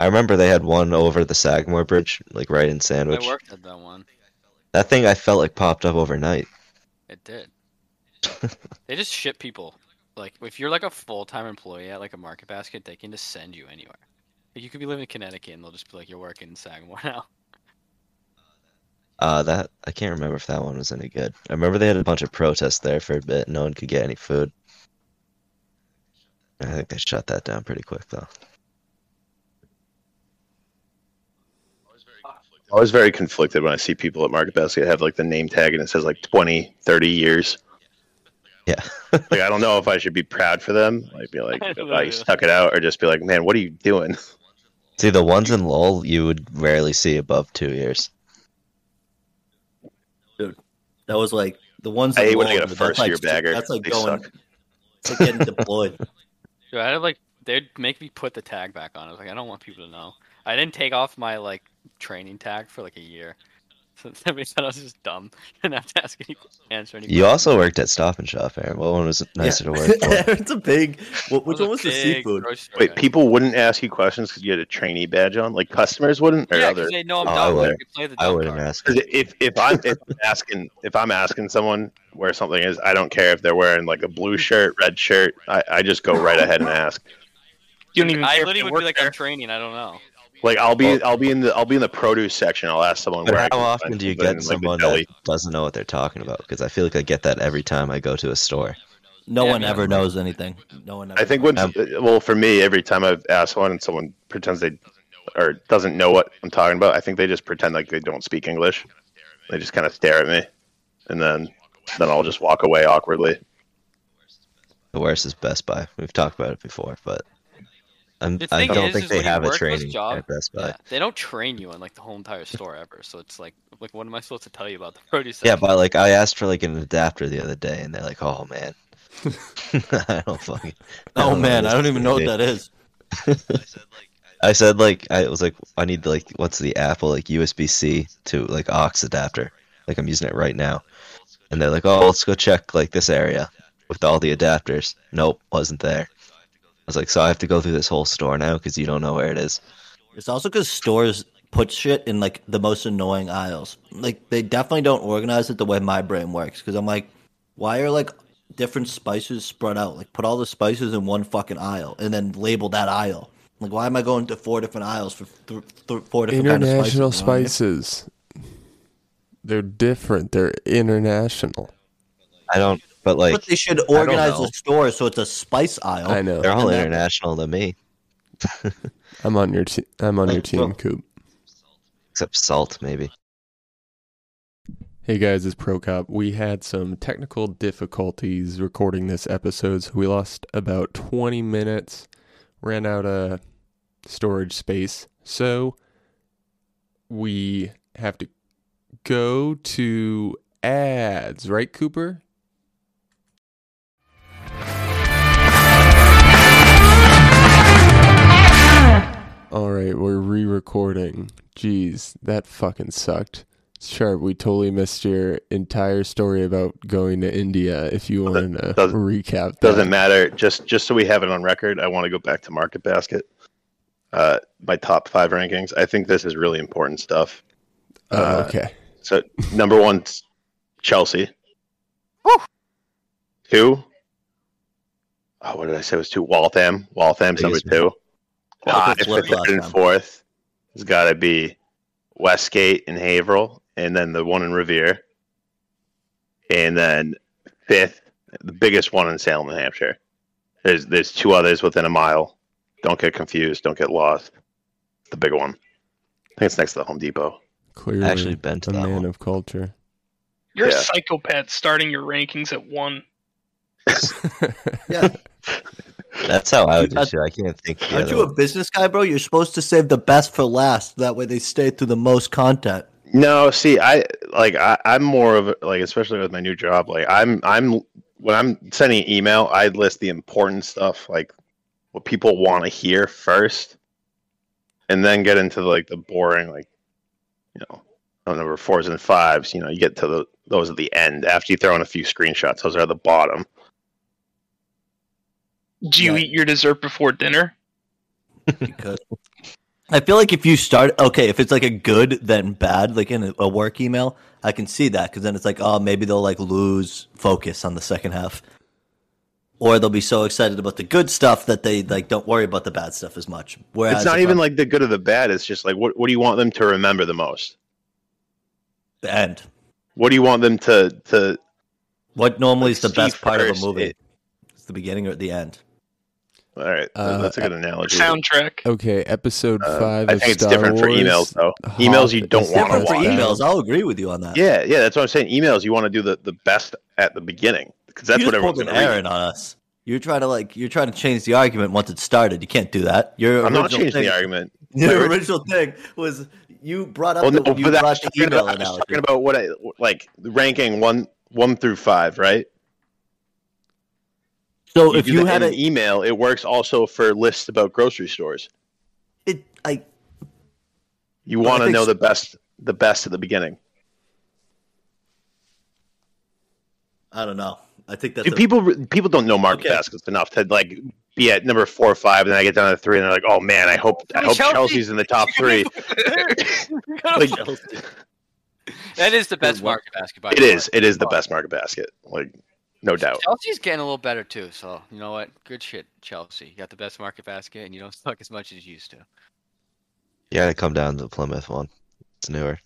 I remember they had one over the Sagamore Bridge, like right in Sandwich.
I worked at that one.
That thing I felt like popped up overnight.
It did. they just ship people. Like if you're like a full time employee at like a market basket, they can just send you anywhere. Like, you could be living in Connecticut and they'll just be like, You're working in Sagamore now.
Uh, that I can't remember if that one was any good. I remember they had a bunch of protests there for a bit. No one could get any food. I think they shut that down pretty quick though.
I was very conflicted when I see people at Market Basket have like the name tag and it says like 20, 30 years.
Yeah.
Like I don't know if I should be proud for them. I'd be like,
I
if
don't
I
know.
stuck it out, or just be like, man, what are you doing?
See, the ones in Lowell you would rarely see above two years.
That was like the ones.
I
that
hate when I
rolled,
get a
but that's,
first
like,
year bagger.
That's like
They
going.
suck.
It's like getting deployed.
Dude, I had like they'd make me put the tag back on. I was like, I don't want people to know. I didn't take off my like training tag for like a year. So somebody said I was just dumb. Didn't have to ask any answer any
You also worked at Stop and Shop, Aaron. What one was nicer to work for?
it's a pig. What, which
I
one
was
was
a
the
big
seafood?
grocery store
Wait,
guy.
people wouldn't ask you questions because you had a trainee badge on. Like customers wouldn't, or
Yeah,
other.
because they know I'm
Oh, I
dumb.
would've-
They play the
I
dumb
wouldn't
card.
ask.
'Cause if if I'm, if I'm asking if I'm asking someone where something is, I don't care if they're wearing like a blue shirt, red shirt. I, I just go right ahead and ask.
You don't even
I
care if
literally
they
would
work
be like,
there.
I'm training. I don't know.
Like I'll be I'll be in the I'll be in the produce section. I'll ask someone.
But
where I
how
can
often
find
do you
something,
get
like, the
someone that
deli.
doesn't know what they're talking about? Because I feel like I get that every time I go to a store.
No
Yeah,
one
man.
ever knows anything. No one. Ever
I think
knows.
when uh, well for me, every time I've asked one and someone pretends they or doesn't know what I'm talking about, I think they just pretend like they don't speak English. They just kind of stare at me, and then then I'll just walk away awkwardly.
The worst is Best Buy. We've talked about it before, but I'm,
The
I
thing
don't
is,
think
is
they
when you
have a
work those
training
jobs-
at Best Buy.
Yeah, they don't train you in like the whole entire store ever. So it's like, like, what am I supposed to tell you about the produce?
Yeah,
section?
but like I asked for like an adapter the other day, and they're like, "Oh man, I don't fucking." I
Oh
don't know
man,
this
I don't even know what
thing."
that is.
I said like I was like I need like what's the Apple like USB C to like aux adapter. Like I'm using it right now. And they're like, Oh, let's go check like this area with all the adapters. Nope, wasn't there. I was like, so I have to go through this whole store now because you don't know where it is.
It's also because stores put shit in like the most annoying aisles. Like they definitely don't organize it the way my brain works. Because I'm like, why are like different spices spread out? Like put all the spices in one fucking aisle and then label that aisle. Like why am I going to four different aisles for th- th- four different kind of spices? you
International
know what I mean?
spices. They're different. They're international.
I don't but like
but they should organize
know.
the store so it's a spice aisle.
I know.
they're all
and that-
international to me.
I'm on your te- I'm on your
Like,
team,
well-
Coop.
Except salt maybe.
Hey guys, it's Procop. We had some technical difficulties recording this episode, so we lost about 20 minutes ran out of storage space. So we have to go to ads, right, Cooper? All right, we're re recording. Jeez, that fucking sucked. Sharp, we totally missed your entire story about going to India. If you
that
want to
doesn't-
recap, that.
Doesn't matter. Just just so we have it on record, I want to go back to Market Basket. Uh, my top five rankings. I think this is really important stuff.
Oh,
Uh,
okay.
So number one, Chelsea. Two. Oh, what did I say? It was two. Waltham. Waltham's number
Biggest one.
two. Ah,
Waltham's
if the
worth last
third and
time.
fourth has got to be Westgate and Haverhill, and then the one in Revere, and then fifth, the biggest one in Salem, New Hampshire. There's there's two others within a mile. Don't get confused. Don't get lost. The big one. I think it's next to the Home Depot.
Clearly,
actually been to
a
that
man
one.
of culture.
You're
Yeah.
a psychopath starting your rankings at one.
Yeah.
That's how I would do
Aren't-
shit. I can't think. the
Aren't
other
you a
way.
business guy, bro? You're supposed to save the best for last. That way they stay through the most content.
No, see, I like I, I'm more of a- like, especially with my new job, like I'm I'm when I'm sending an email, I list the important stuff, like what people want to hear first, and then get into like the boring, like you know, oh, number fours and fives. You know, you get to the those at the end after you throw in a few screenshots. Those are at the bottom.
Do you
Yeah.
eat your dessert before dinner?
Because I feel like if you start okay, if it's like a good then bad, like in a, a work email, I can see that because then it's like oh maybe they'll like lose focus on the second half, or they'll be so excited about the good stuff that they like don't worry about the bad stuff as much. Whereas
it's not
if
even
I'm-
like the good or the bad. It's just like what what do you want them to remember the most?
the end.
What do you want them to to
What normally is the
See
best part of a
first,
movie?
it-
it's the beginning or at the end.
All right,
Uh,
that's a good analogy.
Soundtrack.
Okay, episode
Uh,
five.
I
of
think it's
Star
different for
Wars.
emails though.
Hop
Emails you don't
is
want to
Different
different
for
Wow.
watch.
emails. I'll agree with you on that.
Yeah, yeah, that's what I'm saying. Emails you want to do the, the best at the beginning because that's
you
what
just
everyone's
pulled an
going to read.
Aaron on us. You're trying to like you're trying to change the argument once it started. You can't do that. Your
I'm not
original
changing
thing-
the argument. My
Your
orig-
original thing was you brought up
Well,
the,
no, but
you
I
brought
was
the
talking
email
about, I was
analogy.
talking about what I like ranking one one through five, right?
so if
do
you
that
had
in
a,
an email, it works also for lists about grocery stores.
it, I
You
Well, I
want to
think
know
so.
the best the best at the beginning.
I don't know. I think that's
Do
a-
people re- people don't know market
Okay.
baskets enough to like be at number four or five, and then I get down to three, and they're like, "Oh man, I hope I
Hey,
hope
Chelsea.
Chelsea's in the top three. Like,
That is the best
Good work.
market basketball.
It is. It is the best market basket. Like, no
Oh.
doubt.
Chelsea's getting a little better too, so you know what? Good shit, Chelsea. You got the best market basket, and you don't suck as much as you used to.
You gotta come down to the Plymouth one. It's newer.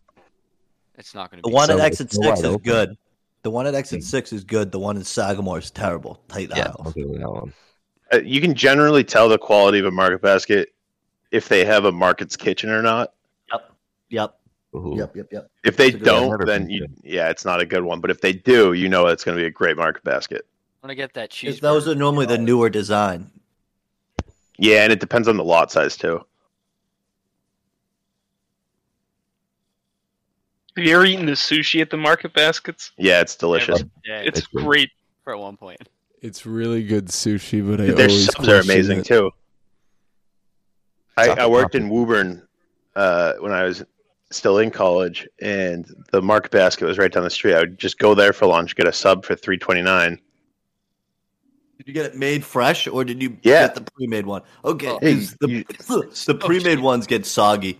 It's not going to
the
be.
one at
So
exit
it's still
six
wide
is
open.
good. The one at exit six is good. The one in Sagamore is terrible. Take that
Yeah,
out.
I'll give you that one.
Uh, You can generally tell the quality of a market basket if they have a market's kitchen or not.
Yep.
Ooh.
Yep. Yep. Yep.
If they
That's a good one.
don't,
Another
then you,
good
yeah, it's not a good one. But if they do, you know it's going to be a great market basket.
I'm going to get that cheese.
'Cause Those are normally the newer design.
Yeah, and it depends on the lot size too.
Have you ever eaten the sushi at the market baskets?
Yeah, it's delicious.
Yeah,
It's
It's good.
great.
for at one point.
It's really good sushi, but I
Their
always
subs are
question
amazing
it.
too. I,
Taco
I worked
Papa.
in Woburn uh, when I was still in college, and the market basket was right down the street. I would just go there for lunch, get a sub for three twenty nine.
Did you get it made fresh, or did you
Yeah.
get the pre-made one? Okay,
Oh.
'cause the,
You-
the pre-made ones get soggy.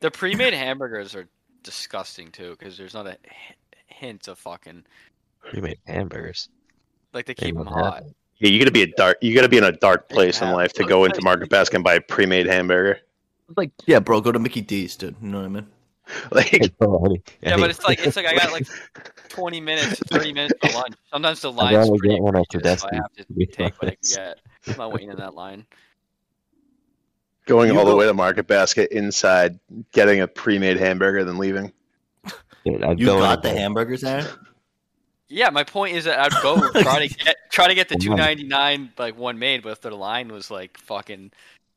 The pre-made hamburgers are disgusting too, because there's not a h- hint of fucking
We made hamburgers.
like they
They
keep them
don't
hot.
have it.
Yeah, you gotta be a dark. You gotta be in a dark place in
Yeah.
life to go into Market Basket and buy a pre-made hamburger.
Like, yeah, bro, go to Mickey D's, dude. You know what I mean?
Like,
Oh, honey,
Yeah,
honey,
but it's like it's like I got like 20 minutes, 30 minutes for lunch. Sometimes the
I'd
line's
rather
pretty
get one at
egregious, so I
Tedeschi's,
have
to be
to take what I
honest.
can get. I'm not waiting in that line.
going
You
all the
go-
way to Market Basket inside, getting a pre-made hamburger, then leaving.
dude, I'd
You
go in
got the
and-
hamburgers, Aaron?
Yeah, my point is that I'd go try to get try to get the two ninety nine like one made, but if the line was like fucking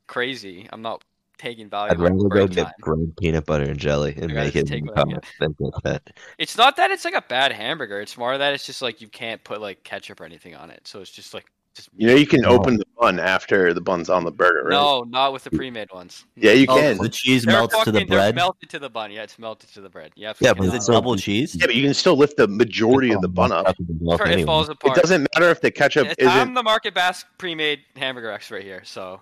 crazy, I'm not taking value.
I'd
off
rather go
break
get
time.
ground peanut butter and jelly and
I'd
make
rather
it
take
in the
what I get.
comments than get that.
It's not that it's like a bad hamburger. It's more that it's just like you can't put like ketchup or anything on it. So it's just like just
You know, you can
No.
open the bun after the bun's on the burger, right?
no, not with the pre-made ones.
Yeah, you
Oh,
can.
the cheese
They're
melts to the
fucking- they're
bread.
melted to the bun. Yeah, it's melted to the bread. Yeah,
Yeah,
Is
but
it
it's
double cheese?
Yeah, but you can still lift the majority of the bun up.
it falls
It
apart.
doesn't matter if the ketchup
It's- I'm
isn't.
the market basket pre-made hamburger expert here, so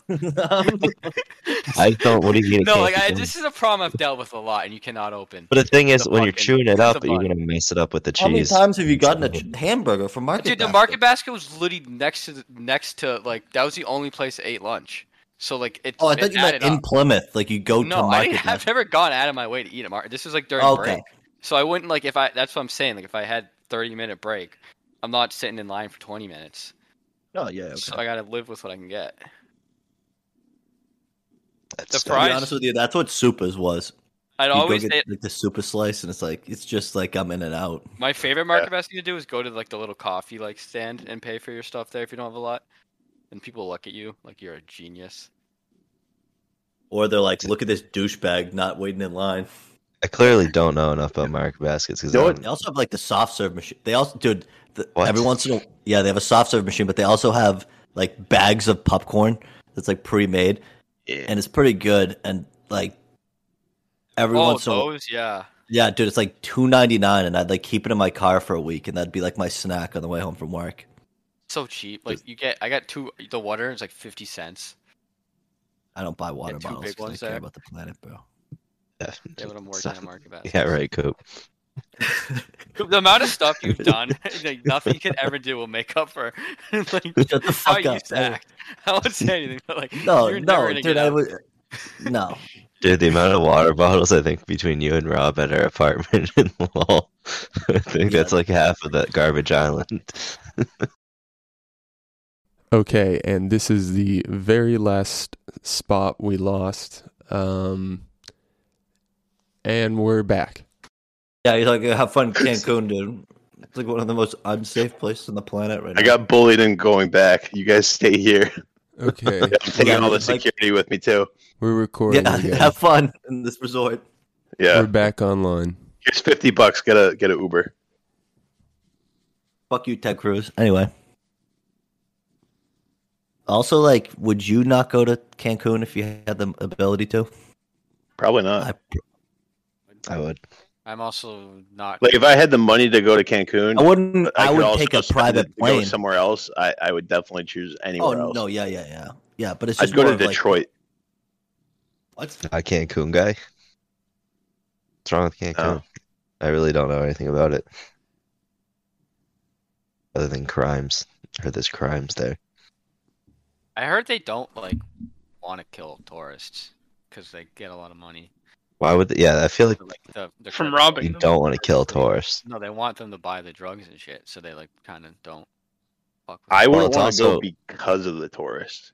I don't. What do you mean? it
no,
can't
like
be
I,
done?
this is a problem I've dealt with a lot, and you cannot open.
But the thing is,
the
when you're
fucking-
chewing it
the
up, you're
bun.
gonna mess it up with the cheese.
How many times have you gotten a
It's
ch- hamburger from Market
Dude, the
Basket?
market basket was literally next to the, next to like that was the only place I ate lunch. So like it.
Oh, I
it
thought you
added
meant in
up.
Plymouth. Like you go to
No, I
Market
didn't- I've
Basket. Oh,
never gone out of my way to eat at market. This was like during
Okay.
break, so I wouldn't like if I. That's what I'm saying. Like if I had 30 minute break, I'm not sitting in line for 20 minutes.
Oh yeah. okay.
So I gotta live with what I can get.
That's
The
tough.
To
fries.
be honest with you, that's what Supas was.
I'd
You go
always
get,
say
like the Super slice, and it's like it's just like I'm in and out.
my favorite market basket to do is go to like the little coffee like stand and pay for your stuff there if you don't have a lot, and people look at you like you're a genius.
Or they're like, look at this douchebag not waiting in line.
I clearly don't know enough about market baskets because
No,
They also have like the soft serve machine. They also, dude, the,
What?
every once in a yeah, they have a soft serve machine, but they also have like bags of popcorn that's like pre-made,
Yeah.
and it's pretty good. And like every
oh,
once in a while,
those, yeah.
yeah, dude, it's like two ninety nine, and I'd like keep it in my car for a week, and that'd be like my snack on the way home from work.
So cheap. Like you get, I got two. The water is like fifty cents.
I don't buy water
two
bottles
big
because I
ones
care
there.
about the planet, bro.
Yeah, when I'm working at market basket.
Yeah, right, Coop.
The amount of stuff you've done, like nothing you could ever do will make up for like
Shut the
how
fuck
you
up. I-
stacked. I won't say anything, but like
No,
you're never
no,
gonna
dude,
get
I
out.
would. No,
Dude, the amount of water bottles I think between you and Rob at our apartment in Lowell, I think
Yeah.
that's like half of that garbage island.
Okay, and this is the very last spot we lost. Um, and we're back.
yeah, you're like have fun in Cancun, dude. It's like one of the most unsafe places on the planet right now.
I got bullied in going back. You guys stay here.
Okay,
I'm taking all the
like-
security with me too.
we're recording.
Yeah,
again.
have fun in this resort.
Yeah,
We're back online.
here's fifty bucks. Get a get a Uber.
Fuck you, Ted Cruz. Anyway. Also, like, would you not go to Cancun if you had the ability to?
Probably not.
I,
I would.
I'm also not.
Like if I had the money to go to Cancun,
I wouldn't. I,
could
would
also
take a
spend it
private
to go
plane.
somewhere else. I, I would definitely choose
Oh
anywhere else.
no, yeah, yeah, yeah, yeah. But it's just
I'd go
more
to
of, like,
Detroit.
what?
I Cancun guy. What's wrong with Cancun?
Oh.
I really don't know anything about it, other than crimes. I heard there's crimes there.
I heard they don't like want to kill tourists because they get a lot of money.
Why would? They, yeah, I feel like
Like the, the
From
criminals.
robbing
you
them.
don't want to kill tourists.
No, they want them to buy the drugs and shit, so they like kind of don't. Fuck with
I
them.
Well,
wouldn't
it's
want to go
also-
because of the tourists.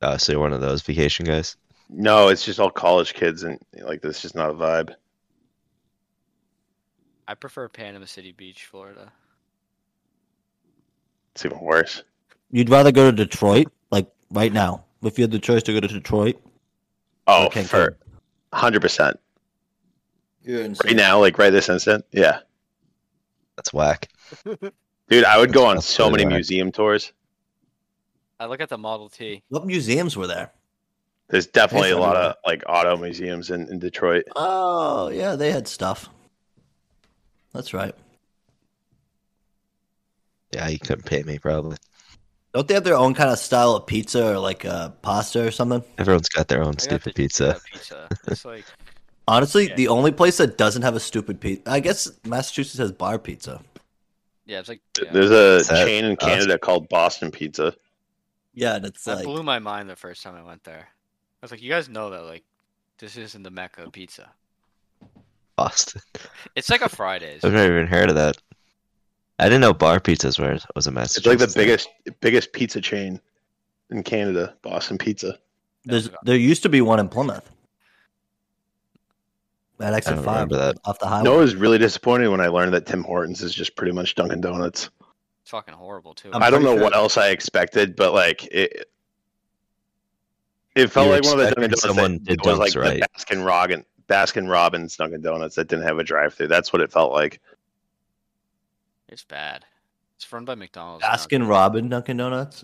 Oh, so you're one of those vacation guys.
No, it's just all college kids, and like this is not a vibe.
I prefer Panama City Beach, Florida.
It's even worse.
You'd rather go to Detroit, like right now, if you had the choice to go to Detroit. or
Oh,
Cancun?
for hundred percent
You're
right
insane.
now, like right this instant. Yeah,
That's whack.
dude, I would go on
That's
so many
right.
museum tours.
I look at the Model T.
What museums were there?
There's definitely
It's
a lot
everywhere.
of like auto museums in, in Detroit.
Oh, yeah, they had stuff. That's right.
Yeah, you couldn't pay me probably.
Don't they have their own kind of style of pizza or like uh, pasta or something?
Everyone's got their own
I got the
stupid pizza.
Pizza. It's like
Honestly,
Yeah.
the only place that doesn't have a stupid pizza, I guess Massachusetts has bar pizza.
yeah, it's like
Th-
yeah.
There's a
Is that
chain
uh,
in
us?
Canada called Boston Pizza.
Yeah, and it's
That
like
blew my mind the first time I went there. I was like, you guys know that like this isn't the Mecca of pizza.
Boston.
It's like a Friday's.
I've never even heard of that. I didn't know bar pizzas were was
It's
a Massachusetts.
like the
thing.
biggest biggest pizza chain in Canada, Boston Pizza.
there's there used to be one in Plymouth. That
I
exit
don't
five
remember that.
off the highway.
No, I was really disappointed when I learned that Tim Hortons is just pretty much Dunkin' Donuts.
It's fucking horrible too.
I'm
I'm I do not know
pretty sure-
what else I expected, but like it, it felt
You were
like one of the
expecting
Dunkin' Donuts
someone
that
did
it was like
dunks right.
the Baskin Robin, Baskin Robbins Dunkin' Donuts that didn't have a drive-through. That's what it felt like.
It's bad. It's run by McDonald's. now.
Baskin Robin Dunkin' Donuts.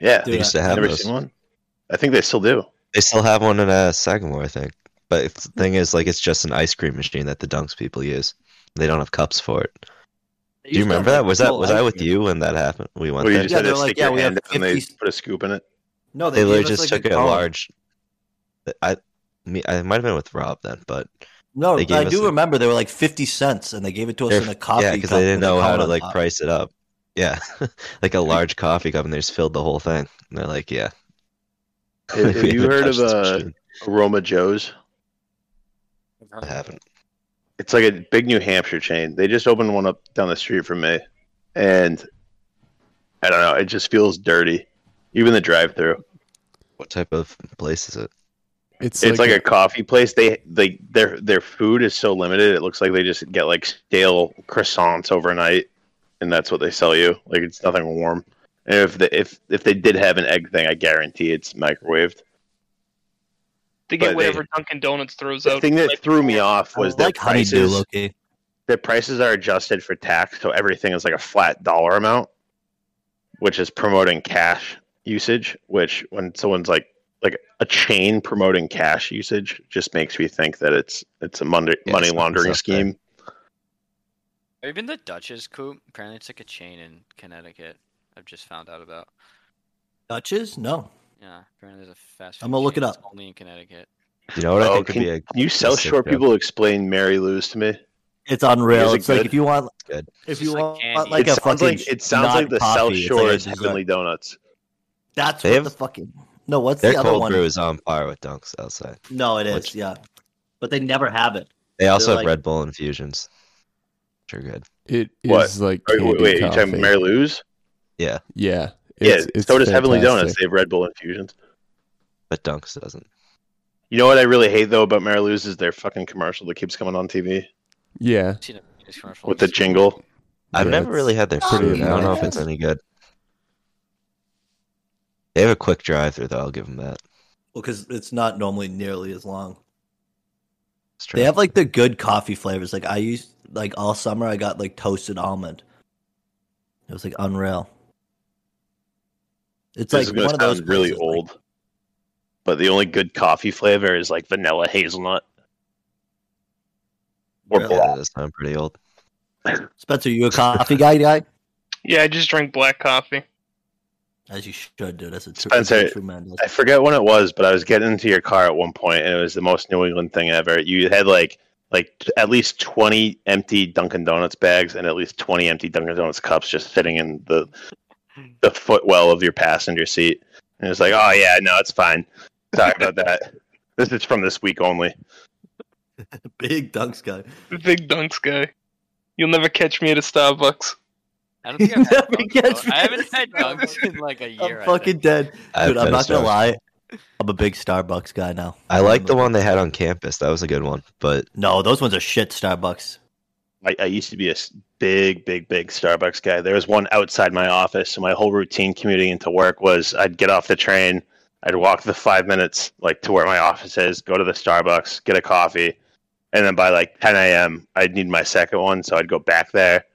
Yeah,
Dude,
They used to have
never
those.
seen one. I think they still do.
They still have one in uh, Sagamore, I think. But it's, the thing is, like, it's just an ice cream machine that the dunks people use. They don't have cups for it. Do you remember that? Was that was I with you when that happened? We went
Well, you
there.
just
Yeah,
had to
they're like,
stick
yeah,
your
we have
hand up and they
50
put a scoop in it.
No,
they
gave
literally
us,
just
like,
took a
cone.
large. I, me, I might have been with Rob then, but
No,
they gave
I
us
do
a-
remember they were like fifty cents, and they gave it to us
They're-
in a coffee.
yeah, because
cup
they didn't
with a
know how
cone
to
on
like
top.
price it up. Yeah, like a large coffee cup, and they just filled the whole thing. And they're like, yeah.
Have- have
We
you
haven't
heard of,
touched this
uh,
machine.
Aroma Joe's.
I haven't.
It's like a big New Hampshire chain. They just opened one up down the street from me, and I don't know. It just feels dirty, even the drive-through.
What type of place is it?
It's,
it's like, a, coffee place. They they their their food is so limited. It looks like they just get like stale croissants overnight, and that's what they sell you. Like it's nothing warm. And if the if if they did have an egg thing, I guarantee it's microwaved.
They get
But they-
whatever Dunkin' Donuts throws
The
out.
thing that
Like,
threw me off was
I
their
like honeydew,
prices.
Loki.
Their prices are adjusted for tax, so everything is like a flat dollar amount, which is promoting cash usage. Which when someone's like like a chain promoting cash usage, just makes me think that it's it's a money
Yeah,
money
something's
laundering
up
scheme.
Or even the Dutch's coop. Apparently, it's like a chain in Connecticut. I've just found out about.
Dutch's? No,
Yeah, apparently there's a fast.
I'm
food
gonna look
chain
it
that's
up.
Only in Connecticut.
You know what I
Oh,
think
can,
would be a
can you South
sick
Shore
joke?
people explain Mary Lou's to me?
it's unreal.
Is it
It's like
good?
if you want,
Good.
if
It's
you
just like
want
candy.
like
it
a
sounds
fucking.
like it sounds like the South
non-coffee, it's like
Shore
a
is
dessert.
Heavenly Donuts.
That's
They
what
have-
the fucking. No, what's
Their
the other
cold
one?
brew is on par with Dunks outside.
No, it is.
Which-
Yeah, but they never have it.
They also
They're
have
like-
Red Bull infusions, which are good.
It is
What?
like
Wait,
candy
wait, wait, you
coffee.
talking Mary Lou's?
Yeah.
Yeah,
It's, it's
so does Heavenly
fantastic.
Donuts. They have Red Bull infusions.
But Dunks doesn't.
You know what I really hate though about Mary Lou's is their fucking commercial that keeps coming on TV
Yeah.
I've seen a Vegas commercial
with the
that's-
jingle.
I've
Yeah,
never
it's-
really had their
pretty
food. I don't know if
intense.
it's any good. They have a quick drive through though. I'll give them that.
Well, because it's not normally nearly as long.
It's
They
true.
have like the good coffee flavors. Like I used like all summer, I got like toasted almond. It was like unreal. It's
This is
like
gonna
one of those
sound really
places, like-
old, but the only good coffee flavor is like vanilla hazelnut or
Really?
black.
Yeah, that does sound pretty old.
Spencer, you a coffee guy, guy?
yeah, I just drink black coffee.
As you should, dude. That's a tr-
Spencer,
it's tremendous.
I forget when it was, but I was getting into your car at one point, and it was the most New England thing ever. You had like like t- at least twenty empty Dunkin' Donuts bags and at least twenty empty Dunkin' Donuts cups just sitting in the the footwell of your passenger seat. And it was like, oh yeah, no, it's fine. Sorry about that. This is from this week only.
Big dunks guy.
The big dunks guy. You'll never catch me at a Starbucks.
I don't think I've had
Never
Dunkin'
gets
Donuts. I haven't
Vegas
had
commercials.
Dunkin' in like a year.
I'm
I
fucking
think.
dead,
I've
dude. I'm
been a
not gonna
Starbucks.
lie. I'm a big Starbucks guy now.
I like the one they had on campus. That was a good one. But
No, those ones are shit. Starbucks.
I, I used to be a s- big, big, big Starbucks guy. There was one outside my office, so my whole routine commuting into work was I'd get off the train, I'd walk the five minutes like to where my office is, go to the Starbucks, get a coffee, and then by like 10 a.m. I'd need my second one, so I'd go back there.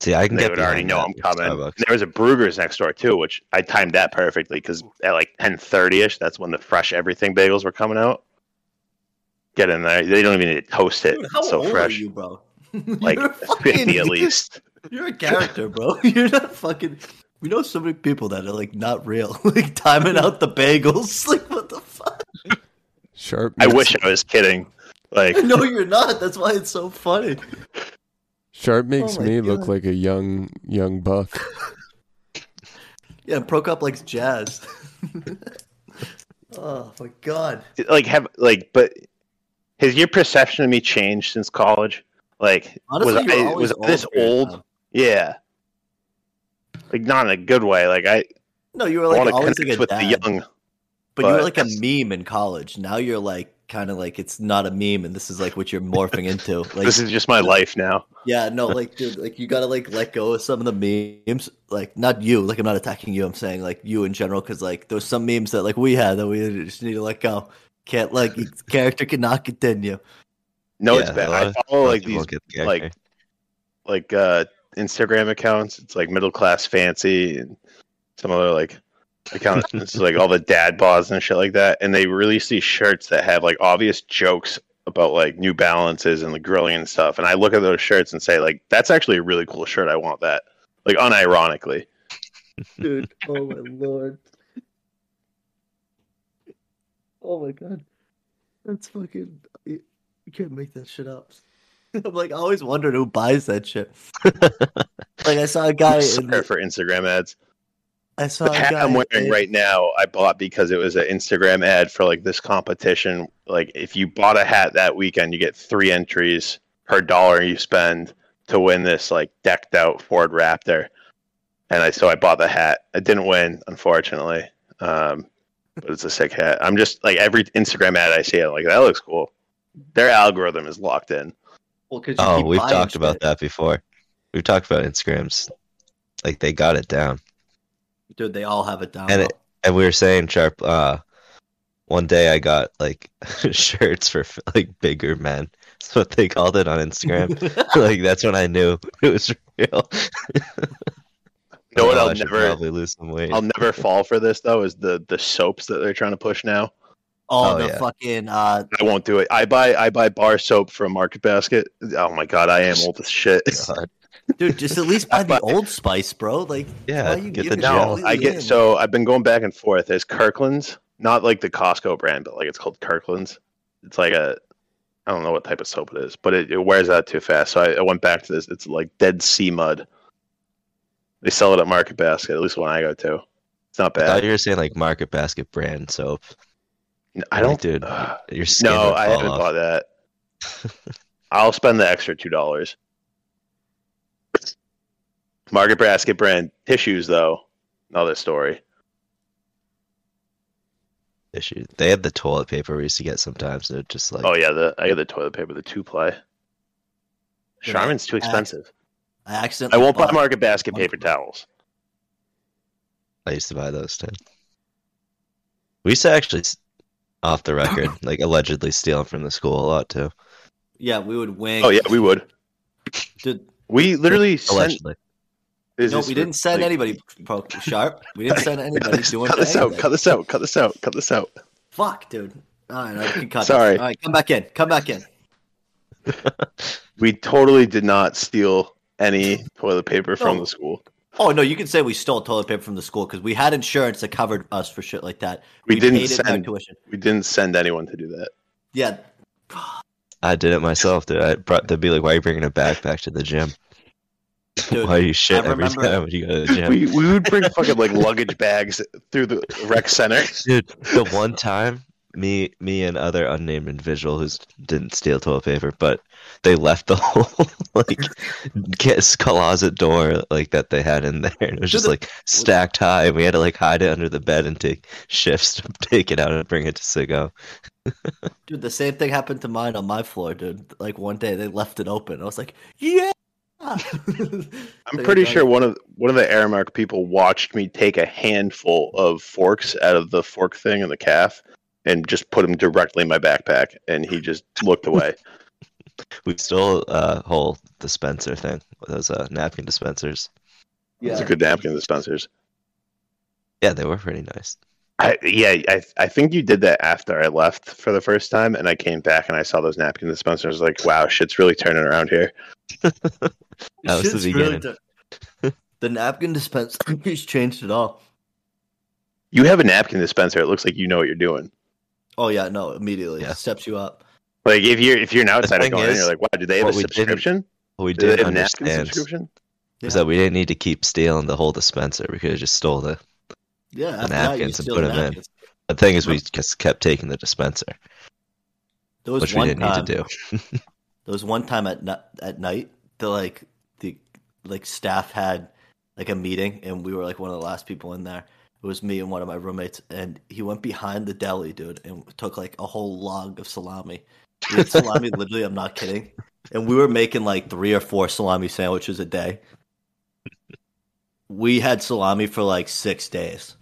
see, I can
They
get
would already
behind
know
that
I'm
with
coming.
Starbucks.
There was a Brugger's next door too, which I timed that perfectly because at like 10:30 ish, that's when the fresh everything bagels were coming out. Get in there; they don't even need to toast it.
Dude, how
It's so
old
fresh,
are you, bro?
like
You're a fucking-
50 at least.
You're a character, bro. You're not fucking. We know so many people that are like not real, like timing out the bagels. Like what the fuck?
Sharp.
I
meets-
wish I was kidding. Like,
No, you're not. That's why it's so funny.
Sharp makes
Oh my
me look
God.
like a young young buck.
Yeah, Pro Cup likes jazz. oh my god.
like have like, but has your perception of me changed since college? Like,
Honestly,
was
you're
I
always
was I this
old for your
old?
time.
Yeah, like not in a good way. Like I
No, you were like
want to
always like
connect
a
with
dad,
the young.
but you were
but-
like a meme in college. Now you're like kind of like it's not a meme, and this is like what you're morphing into. Like,
this is just my life now.
yeah, no, like, dude, like you gotta like let go of some of the memes. Like, not you. Like, I'm not attacking you. I'm saying like you in general, because like there's some memes that like we had that we just need to let go. Can't like character cannot continue.
No, it's
Yeah,
bad.
a lot
I
of-
follow
lot of
Oh, like
people
these
get the
like-
idea.
like uh Instagram accounts. It's like middle class fancy and some other like accounts. it's like all the dad bods and shit like that. And they release these shirts that have like obvious jokes about like New Balances and the grilling and stuff. And I look at those shirts and say like, that's actually a really cool shirt. I want that. Like unironically.
dude. Oh my lord. Oh my god. That's fucking. You you can't make that shit up. I'm like, I always wondered who buys that shit. like, I saw a guy. In
Sorry
the,
for Instagram ads.
I saw
The
a
hat
guy.
I'm wearing
in-
right now, I bought because it was an Instagram ad for like this competition. Like, if you bought a hat that weekend, you get three entries per dollar you spend to win this like decked out Ford Raptor. And I so I bought the hat. I didn't win, unfortunately, um, but it's a sick hat. I'm just like every Instagram ad I see, I'm like, that looks cool. Their algorithm is locked in.
Well, 'cause you
Oh,
keep
we've
buying
talked about
shit.
that before. We've talked about Instagrams. Like they got it down.
dude. They all have it down.
And it-
low.
And we were saying sharp uh one day I got like shirts for like bigger men. That's what they called it on Instagram. like that's when I knew it was real.
You know what?
Oh,
I'll
I should
never,
probably lose some weight.
I'll never fall for this though. Is the the soaps that they're trying to push now?
Oh,
oh,
the
yeah.
fucking uh,
I won't do it. I buy I buy bar soap from Market Basket. Oh my god, I am old as shit.
God.
dude. Just at least buy the
But-
Old Spice, bro. Like,
Yeah,
Why you
get the
giving
gel.
No,
Really
I
am.
get so I've been going back and forth. There's Kirkland's, not like the Costco brand, but like it's called Kirkland's. It's like a I don't know what type of soap it is, but it, it wears out too fast. So I, I went back to this. It's like Dead Sea Mud. They sell it at Market Basket, at least when I go to. It's not
I thought
bad.
you were saying like Market Basket brand soap.
I don't.
dude.
Ugh.
Your skin
no,
would
I
fall
haven't
off.
bought that. I'll spend the extra two dollars. Market Basket brand tissues, though, another story.
issue. They had the toilet paper we used to get sometimes. They're just like,
oh yeah, the I got the toilet paper, the two ply.
Yeah.
Charmin's too expensive.
I accidentally.
I won't buy
bought-
Market Basket
Market
paper towels.
I used to buy those too. We used to actually, s- off the record, like allegedly steal 'em from the school a lot too.
Yeah, we would wing.
Oh yeah, we would.
Dude,
We literally sent.
Allegedly,
is
no,
this
we didn't send
like-
anybody pro- sharp. We didn't send
Cut
anybody
this,
doing
cut this out!
anything.
Cut this out! Cut this out! Cut this out!
Fuck, dude. All right, I can cut. this.
Sorry.
All right, come back in. Come back in.
We totally did not steal any toilet paper from
No.
the school.
Oh no, you can say we stole toilet paper from the school because we had insurance that covered us for shit like that.
We, didn't
paid it back
send.
tuition.
We didn't send anyone to do that.
Yeah,
I did it myself, dude. I brought. They'd be like, "Why are you bringing a backpack to the gym?
dude.
Why do you shit
I
every
remember-
time when you go to the gym?"
We, we would bring fucking like luggage bags through the rec center.
dude, the one time me, me, and other unnamed individual who's didn't steal toilet paper, but they left the whole like guess closet door like that they had in there, and it was
So
just
the-
like stacked high, and we had to like hide it under the bed and take shifts to take it out and bring it to Sigo.
Dude, the same thing happened to mine on my floor, dude. Like one day they left it open. I was like, yeah.
I'm pretty sure one of one of the Aramark people watched me take a handful of forks out of the fork thing in the calf and just put them directly in my backpack, and he just looked away.
We stole a uh, whole dispenser thing, those uh, napkin dispensers.
It's a
Yeah.
good napkin dispensers.
Yeah, they were pretty nice.
I, yeah, I I think you did that after I left for the first time, and I came back and I saw those napkin dispensers. I was like, wow, shit's really turning around here.
That was the
Shit's really
beginning.
di- the napkin dispenser he's changed it all.
You have a napkin dispenser. It looks like you know what you're doing.
Oh yeah, no, immediately
Yeah.
steps you up.
Like if you're if you're an outsider
thing
going in,
is,
you're like, wow, do they have a
what we didn't-
subscription?
What we
Do they
didn't
have a napkin
understand
subscription?
was
Yeah.
that we didn't need to keep stealing the whole dispenser. We could have just stole the
Yeah, after that, you
napkins and
steal
put
the
'em in.
napkins.
The thing is, we just kept taking the dispenser,
There was
which we
one
didn't
time,
need to do.
There was one time at ni- at night, the like the like staff had like a meeting, and we were like one of the last people in there. It was me and one of my roommates, and he went behind the deli, dude, and took like a whole log of salami. We had salami, literally, I'm not kidding. And we were making like three or four salami sandwiches a day. We had salami for like six days.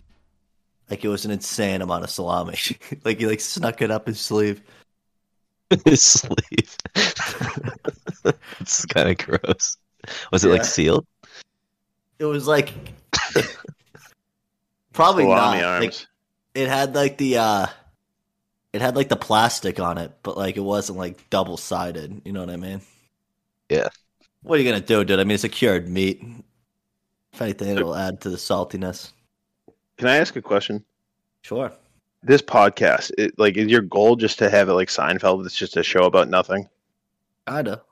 Like it was an insane amount of salami. like he like snuck it up his sleeve.
His sleeve. it's kind of gross. Was it
Yeah.
like sealed?
It was like probably
Salami
not. Like,
arms.
it had like the uh it had like the plastic on it, but like it wasn't like double sided, you know what I mean?
Yeah.
What are you gonna do, dude? I mean it's a cured meat. If anything, it'll add to the saltiness.
Can I ask a question?
Sure.
This podcast, it, like, is your goal just to have it like Seinfeld? It's just a show about nothing.
Kinda.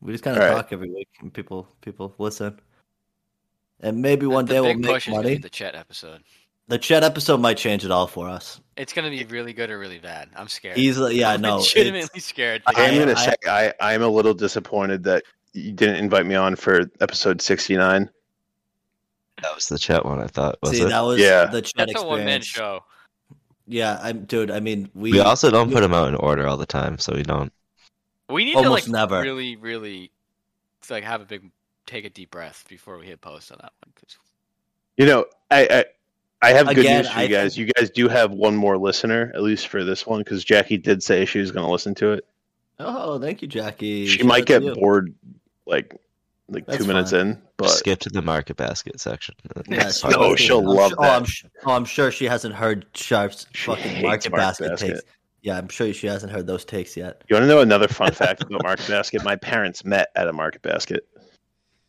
We just kinda
All right.
talk every week and people people listen. And maybe one
the
day we'll
big
make
push is gonna
money.
be the Chet episode.
The chat episode might change it all for us.
It's gonna be really good or really bad. I'm scared.
Easily yeah,
I'm
no. it's-
legitimately scared.
I-
I'm gonna
I-
say I I'm a little disappointed that you didn't invite me on for episode 69.
That was the chat one, I thought. Was
See,
it?
that was
Yeah.
the chat
That's
experience.
a one man show.
Yeah, I'm dude, I mean we,
We also don't put them out in order all the time, so we don't.
We need
Almost
to like
never.
really, really like have a big take a deep breath before we hit post on that one. 'cause-
You know, I I, I have good
Again,
news for you
I
guys. You guys do have one more listener, at least for this one, because Jackie did say she was gonna listen to it.
Oh, thank you, Jackie.
She
Shout
might
out to
get
you.
bored like like
That's
two minutes in, but
Skip to the market basket section.
Yeah,
That's
she
fine.
No,
must be.
she'll
I'm
love
su- Oh, I'm,
that.
su- oh, I'm sure she hasn't heard Sharp's
She
fucking
hates
market
Market
basket,
Basket.
takes. Yeah, I'm sure she hasn't heard those takes yet.
you wanna know another fun fact about Market Basket? My parents met at a market basket.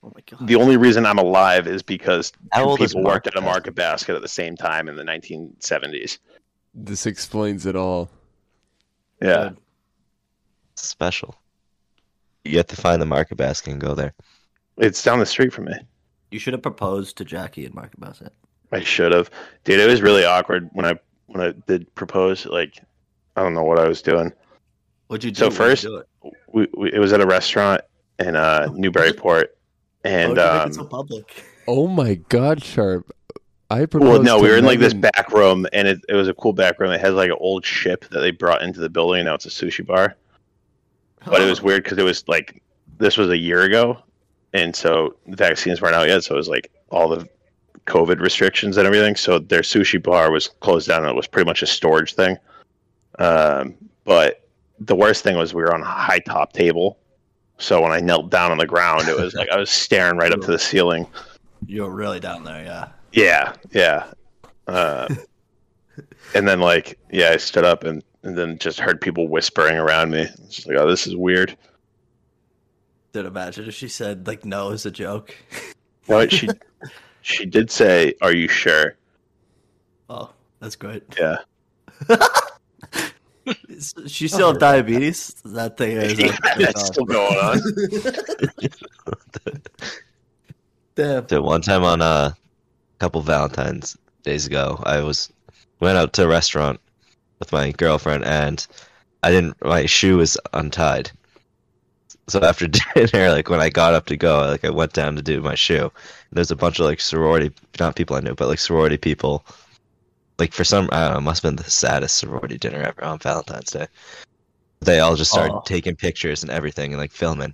Oh my god.
The only reason I'm alive is because
How
two
old is
people worked
Market
at a market basket at the same time in the 1970s.
This explains it all.
Yeah.
special. You have to find the market basket and go there.
It's down the street from me.
You should have proposed to Jackie in market basket.
I should have, dude. It was really awkward when I when I did propose. Like, I don't know what I was doing.
What'd you do?
So
Why'd you
first-
do it?
We, we it was at a restaurant in uh, Newburyport,
Why'd
and
Oh, you make
um,
it so public.
Oh my God, Sharp! I proposed.
well, no, we
to
were in like this
Megan-
back room, and it, it was a cool back room. It had like an old ship that they brought into the building. Now it's a sushi bar, but it
Oh.
was weird because it was like this was a year ago, and so the vaccines weren't out yet. So it was like all the COVID restrictions and everything. So their sushi bar was closed down. And it was pretty much a storage thing. Um, but the worst thing was we were on a high top table. So when I knelt down on the ground, it was like I was staring right up to the ceiling.
You were really down there, yeah.
Yeah, yeah. Uh, and then like, yeah, I stood up and, and then just heard people whispering around me. It's just like, oh, this is weird.
Did imagine if she said like no is a joke.
But she she did say, "Are you sure?"
Oh, that's great.
Yeah.
She still have diabetes. That thing is.
Yeah, that's still going on.
Damn.
Dude, one time on uh, a couple Valentine's days ago, I was went out to a restaurant with my girlfriend, and I didn't. My shoe was untied. So after dinner, like when I got up to go, like I went down to do my shoe. And there's a bunch of like sorority, not people I knew, but like sorority people. Like for some, I don't know, must have been the saddest sorority dinner ever on Valentine's Day. They all just started
Aw.
taking pictures and everything and like filming.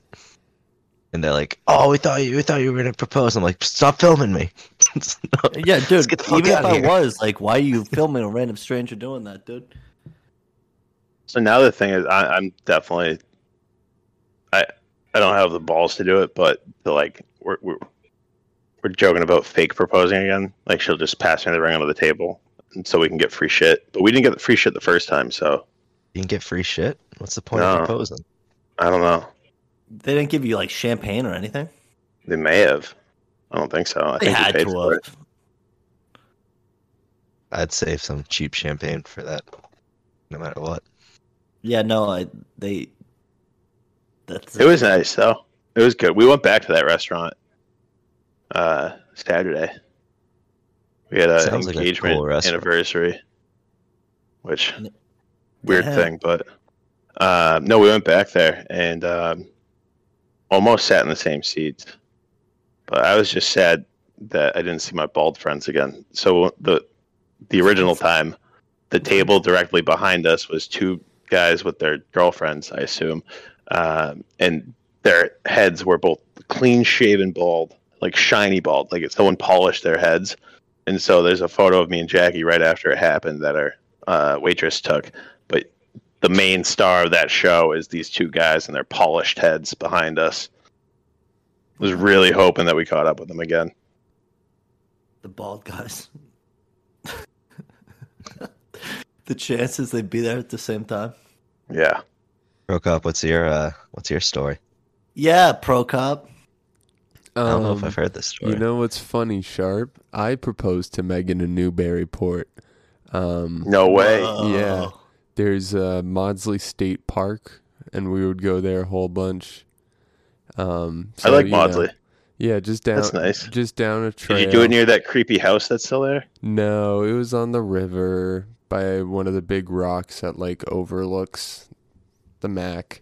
And they're like, "Oh, we thought you, we thought you were gonna propose." I'm like, "Stop filming me!" It's not-
Yeah, dude.
get the fuck
Even if
outta
I
here.
was, like, why are you filming a random stranger doing that, dude?
So now the thing is, I, I'm definitely, I I don't have the balls to do it, but the, like we're we're we're joking about fake proposing again. Like she'll just pass me the ring under the table, and so we can get free shit. But we didn't get the free shit the first time, so
you can get free shit. What's the point
No.
of proposing?
I don't know.
They didn't give you like champagne or anything.
They may have. I don't think so. I
They
think we
had
paid
to
for
have.
it.
I'd save some cheap champagne for that, no matter what.
Yeah, no, I they. That's
It was nice though. It was good. We went back to that restaurant uh Saturday. We had a
Sounds like a
engagement
cool restaurant.
anniversary. Which
And it-
weird
Yeah.
thing, but uh, no, we went back there and um, almost sat in the same seats. But I was just sad that I didn't see my bald friends again. So the the original time, the table directly behind us was two guys with their girlfriends, I assume, um, and their heads were both clean shaven, bald, like shiny bald, like someone polished their heads. And so there's a photo of me and Jackie right after it happened that our uh, waitress took. But the main star of that show is these two guys and their polished heads behind us. Was really hoping that we caught up with them again.
The bald guys. the chances they'd be there at the same time.
Yeah.
Broke up. What's your uh, What's your story?
Yeah, pro cop.
I don't know if
Um,
I've heard this story.
You know what's funny, Sharp? I proposed to Megan in Newburyport. Um,
No way.
Yeah. there's uh, Maudsley State Park, and we would go there a whole bunch. Um,
I
so,
like
you know,
Maudsley.
yeah, just down.
That's nice.
Just down a trail.
Did you do it near that creepy house that's still there?
No, it was on the river by one of the big rocks that like overlooks the Mac.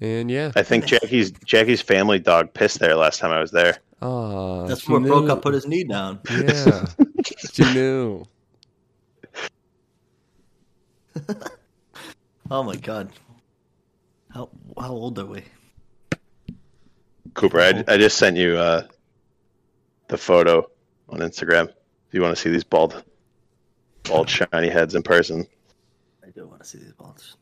And yeah,
I think Jackie's Jackie's family dog pissed there last time I was there.
ah,
That's
she
where
knew.
pro cop put his knee down.
Yeah, she knew.
Oh my god. How how old are we?
Cooper, I, I just sent you uh, the photo on Instagram. If you want to see these bald, bald shiny heads in person,
I do want to see these balls.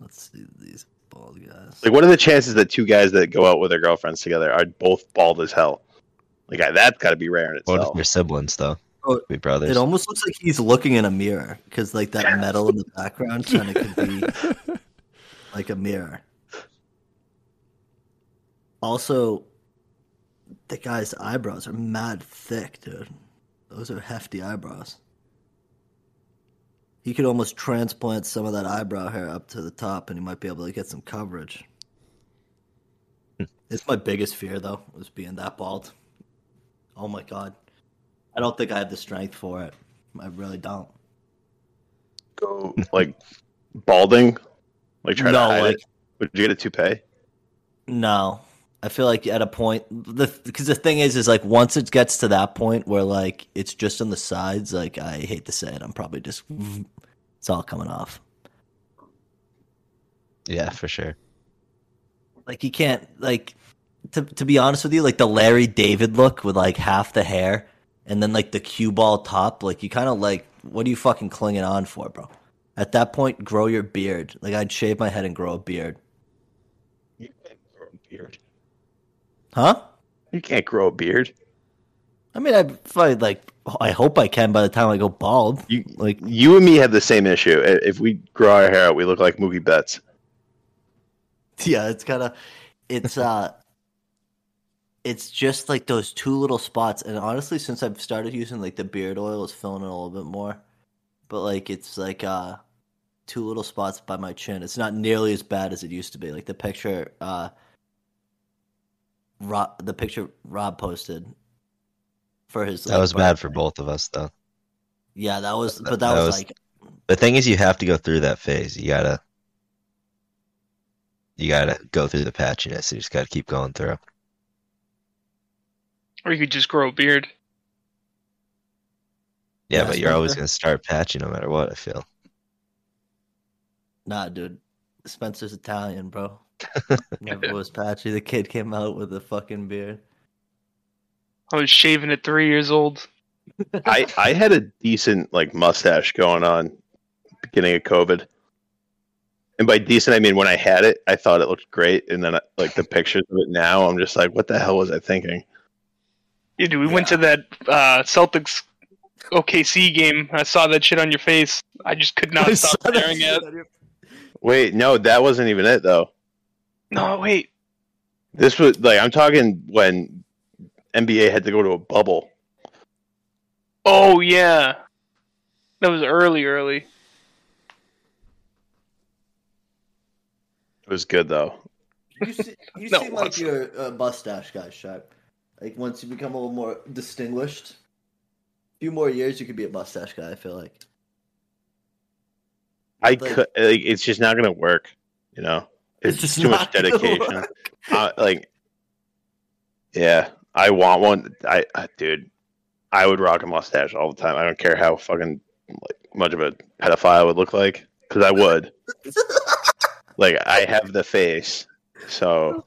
Let's see these bald guys.
like what are the chances that two guys that go out with their girlfriends together are both bald as hell? Like I, that's got to be rare in
What if
itself.
they're siblings though?
Oh,
Be brothers.
It almost looks like he's looking in a mirror because like that metal in the background kind of could be like a mirror. Also, the guy's eyebrows are mad thick, dude. Those are hefty eyebrows. He could almost transplant some of that eyebrow hair up to the top, and he might be able to get some coverage. it's my biggest fear, though, was being that bald. Oh my god. I don't think I have the strength for it. I really don't.
Go like balding, like try
No,
to hide
like-
it. Would you get a toupee?
No, I feel like at a point, the because the thing is, is like once it gets to that point where like it's just on the sides, like I hate to say it, I'm probably just it's all coming off.
yeah, for sure.
Like you can't like to to be honest with you, like the Larry David look with like half the hair and then like the cue ball top, like you kind of like what are you fucking clinging on for, bro? At that point, grow your beard. Like I'd shave my head and grow a beard,
You can't grow a beard.
huh?
You can't grow a beard.
I mean, I probably like. I hope I can by the time I go bald.
You
Like,
you and me have the same issue. I- If we grow our hair out, we look like Mookie Betts.
yeah, it's kind of, it's uh, it's just like those two little spots. And honestly, since I've started using like the beard oil, it's filling in a little bit more. But like, it's like uh, two little spots by my chin. It's not nearly as bad as it used to be. Like the picture, uh, Rob, the picture Rob posted for his.
That
like,
was bad
birthday.
for both of us though.
Yeah, that was, but that,
that
was,
was-
like,
The thing is, you have to go through that phase. You gotta, you gotta go through the patchiness. You just gotta keep going through.
Or you could just grow a beard.
Yeah,
Yeah,
but
so
you're always
the-
gonna start patching no matter what. I feel.
Nah, dude. Spencer's Italian, bro. Never was patchy. The kid came out with a fucking beard.
I was shaving at three years old.
I, I had a decent like mustache going on beginning of COVID. And by decent I mean when I had it, I thought it looked great. And then like the pictures of it now, I'm just like, what the hell was I thinking?
Yeah, dude, we went to that uh, Celtics OKC game. I saw that shit on your face. I just could not stop staring at. it.
Wait, no, that wasn't even it though.
No, wait.
This was like I'm talking when NBA had to go to a bubble.
Oh yeah, that was early, early.
It was good though.
You, se- you
No,
seem like
once.
you're a mustache guy, Sharp. Like, once you become a little more distinguished, a few more years, you could be a mustache guy, I feel like.
I
Like-
could like, it's just not gonna work, you know. It's, too much
not gonna
dedication.
work.
I, like, yeah, I want one. I, I dude, I would rock a mustache all the time. I don't care how fucking like much of a pedophile I would look like, because I would. like I have the face, so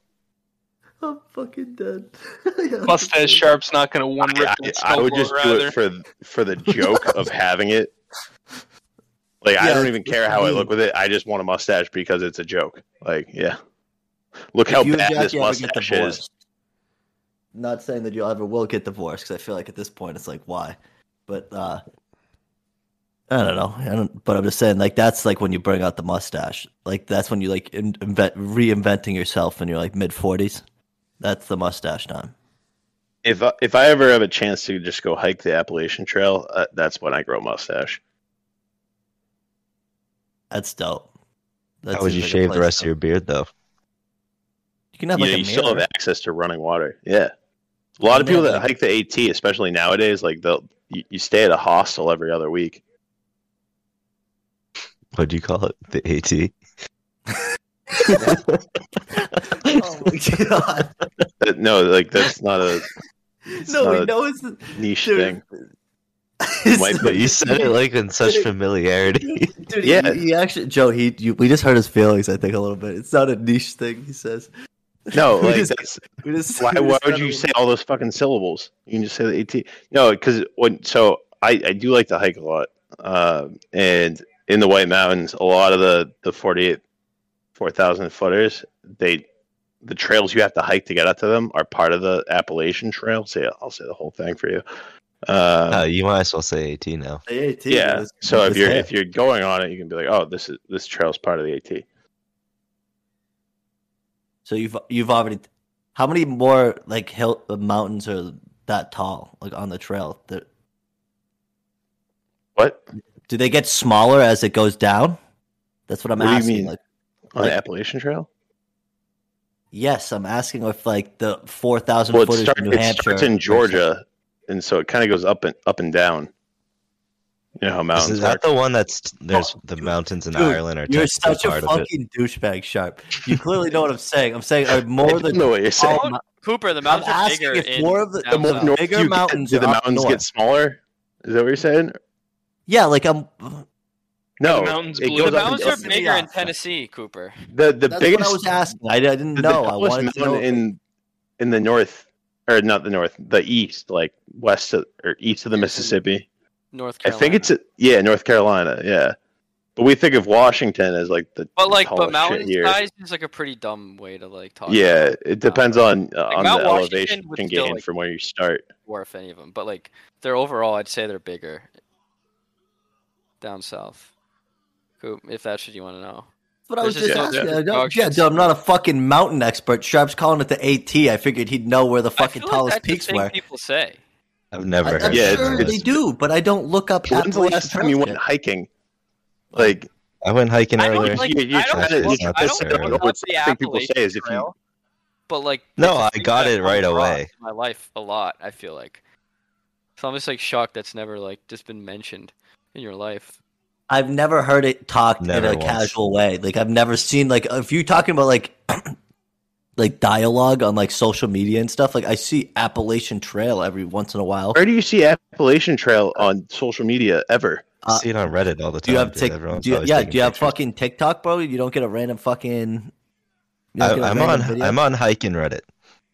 I'm fucking dead.
Mustache Sharp's not going to one rip
I,
the
I would
snowblower
just do
either.
it for for the joke of having it. Like I
Yeah.
don't even care how I look with it. I just want a mustache because it's a joke. Like yeah, look how bad this mustache is.
Not saying that you'll ever will get divorced because I feel like at this point it's like why, but uh, I don't know. I don't. But I'm just saying like that's like when you bring out the mustache. Like that's when you like in, invent reinventing yourself and you're like mid 40s. That's the mustache time.
If I, if I ever have a chance to just go hike the Appalachian Trail, uh, that's when I grow a mustache.
That's dope. That
How would you
seems like a
shave the
place
rest
to-
of your beard though?
You can have
you
like
know,
a
you still
mirror.
have access to running water. Yeah, a lot of
Yeah,
people that
like-
hike the AT, especially nowadays, like they'll you, you stay at a hostel every other week.
What do you call it? The AT.
oh my god!
Uh, No, like that's not a
no, we
not-
know it's the
niche
Dude,
thing.
it's
Might
the-
But you said it like in such familiarity.
Dude,
Yeah.
he, he actually, Joe. He, you, we just heard his feelings. I think a little bit. It's not a niche thing. He says.
No,
We
like
just-
that's
We just,
why.
we
Why
just
would
said
you
it.
say all those fucking syllables? You can just say the AT. No, because when so I I do like to hike a lot, uh, and in the White Mountains, a lot of the the forty eight four thousand footers, they the trails you have to hike to get up to them are part of the Appalachian Trail. So yeah, I'll say the whole thing for you. Uh,
Uh, you might as well say AT now.
The AT,
yeah.
was-
so if
was
you're
him.
if you're going on it, you can be like, oh, this is this trail's part of the AT.
so you've you've already, how many more like hill uh, mountains are that tall like on the trail? That
What
do they get smaller as it goes down? That's what I'm
What do you
asking.
mean?
Like,
on
Like-
the Appalachian Trail?
yes, I'm asking if like the four thousand
Well, it,
footers
start,
in New
it
Hampshire,
starts in Georgia, and so it kind of goes up and up and down. You know how mountains
Is that
work.
the one that's there's the mountains in
dude,
Ireland are
You're
technically
such a
part of it?
fucking douchebag, sharp. You clearly know what I'm saying. I'm saying are
I
more
don't
than
know what you're saying.
all
Cooper, the
I'm
mountains are
asking
bigger.
if
in
more of the,
down
the
The
more
more
south.
north
north
bigger
you get,
mountains
do the
are up
mountains
north.
get smaller? Is that what you're saying?
Yeah, like I'm.
No,
the mountains
it
blue?
goes
The
The
up and
mountains
mountains
are
are
down.
big-
bigger in Tennessee, Cooper.
The the
That's
biggest
what I was asking. I, I didn't
the
know. I
tallest
wanted to know.
mountain in in the north or not the north, the east, like west of, or east of the Mississippi.
North
I
Carolina.
think it's yeah, North Carolina, yeah. But we think of Washington as like the
But like,
tallest
but
shit
mountain
here.
size is like a pretty dumb way to like talk.
Yeah,
about
it depends on uh, on
Oh, Mount
the
Washington
elevation
would
gain
still, like-
from where you start.
or if any of them. But like, they're overall, I'd say they're bigger down south. Coop, if that's what you want to know.
That's what I was
There's
just
just-
asking.
yeah,
I don't-
yeah.
Yeah, dude, I'm not a fucking mountain expert. Sharp's calling it the AT. I figured he'd know where the
I
fucking
feel like
tallest
that's the
peaks
thing
were.
People say.
I've never
I,
heard
I'm
of
Yeah,
sure
that.
they do, but I don't look up.
When's the
Appalachian
last time you
Trail
went
shit.
hiking? Like
I went hiking
I
earlier.
don't like.
You- you
I
try
don't
to-
look-
it's not
I
that
don't
serious.
look up
What's-
the
I think people
Appalachian
say is if you-
Trail, But like,
No,
it's a
I
thing
got
I've
it
come
right
across
away.
in my life a lot. I feel like. So I'm just like shocked that's never like just been mentioned in your life.
I've never heard it talked in
Never
a
once.
casual way. Like I've never seen like if you're talking about like like dialogue on like social media and stuff. Like I see Appalachian Trail every once in a while.
where do you see Appalachian Trail on social media ever?
I see it on Reddit all the
Uh, Do
time.
you have
dude.
tick?
Oh, Everyone's
Do you,
always
yeah,
taking
do you have
pictures.
fucking TikTok, bro? You don't get a random fucking. you don't
I,
get a
I'm
random
on.
video?
I'm on hiking Reddit.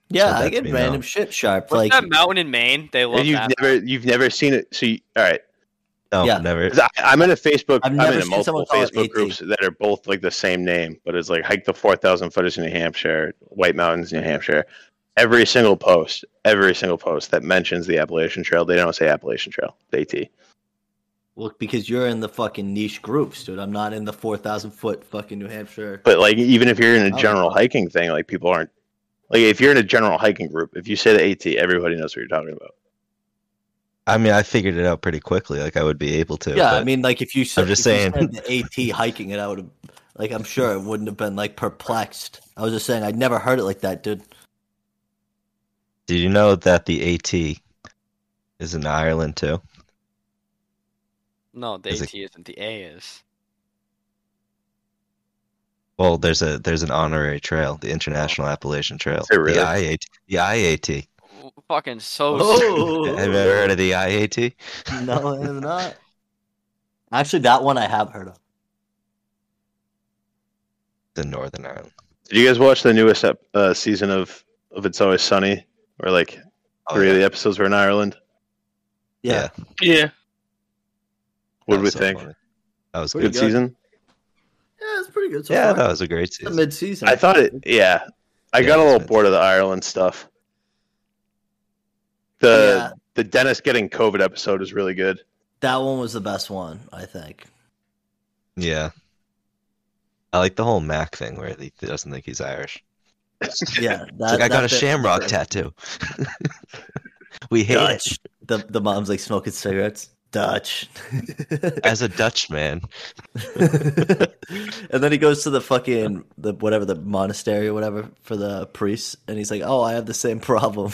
Yeah,
so
I
that
get
we
random
know.
shit sharp.
What's
Like
that mountain in Maine? They love
And you've
that.
never you've never seen it. So you, all right,
No,
Yeah.
never.
'Cause I, I'm in a Facebook.
I've
I'm
never
in a
seen someone
multiple
call it
Facebook
AT.
groups that are both like the same name, but it's like hike the four thousand footers in New Hampshire, White Mountains, New Hampshire. Every single post, every single post that mentions the Appalachian Trail, they don't say Appalachian Trail. They T.
Well, because you're in the fucking niche groups, dude. I'm not in the 4,000 foot fucking New Hampshire.
But like, even if you're in
Oh,
a general
yeah.
hiking thing, like people aren't like if you're in a general hiking group, if you say the AT, everybody knows what you're talking about.
I mean, I figured it out pretty quickly. Like I would be able to.
yeah,
but
I mean, like if you said,
I'm just
if you
saying.
said the AT hiking, and I would have, like, I'm sure it wouldn't have been like perplexed. I was just saying, I'd never heard it like that, dude.
Did you know that the AT is in Ireland too?
No, the
Is it-
AT isn't. The A is.
Well, there's a there's an honorary trail, the International Appalachian Trail.
Is it really?
The IAT. The IAT.
W- fucking so.
Have you
Oh
ever heard of the IAT?
no, it is not. Actually, that one I have heard of.
The Northern Ireland.
Did you guys watch the newest ep- uh, season of of It's Always Sunny? Where like three
Oh,
of
yeah.
the episodes were in Ireland.
Yeah,
Yeah.
What
That
did we
was so
think?
funny. That was
What
good.
do you Pretty
Good
good.
season.
yeah, it's pretty good. So
Yeah,
far.
that was a great season.
mid season.
I thought it. Yeah, I
Yeah,
got a
it's
little
good.
bored of the Ireland stuff. The the Dennis getting COVID episode is really good.
that one was the best one. I think.
Yeah. I like the whole Mac thing where he doesn't think he's Irish.
Yeah, that,
It's like, I
that
got a
bit-
shamrock tattoo. we hate it.
Dutch. The the mom's like smoking cigarettes. Dutch.
As a Dutchman,
and then he goes to the fucking the whatever the monastery or whatever for the priests, and he's like, "Oh, I have the same problem."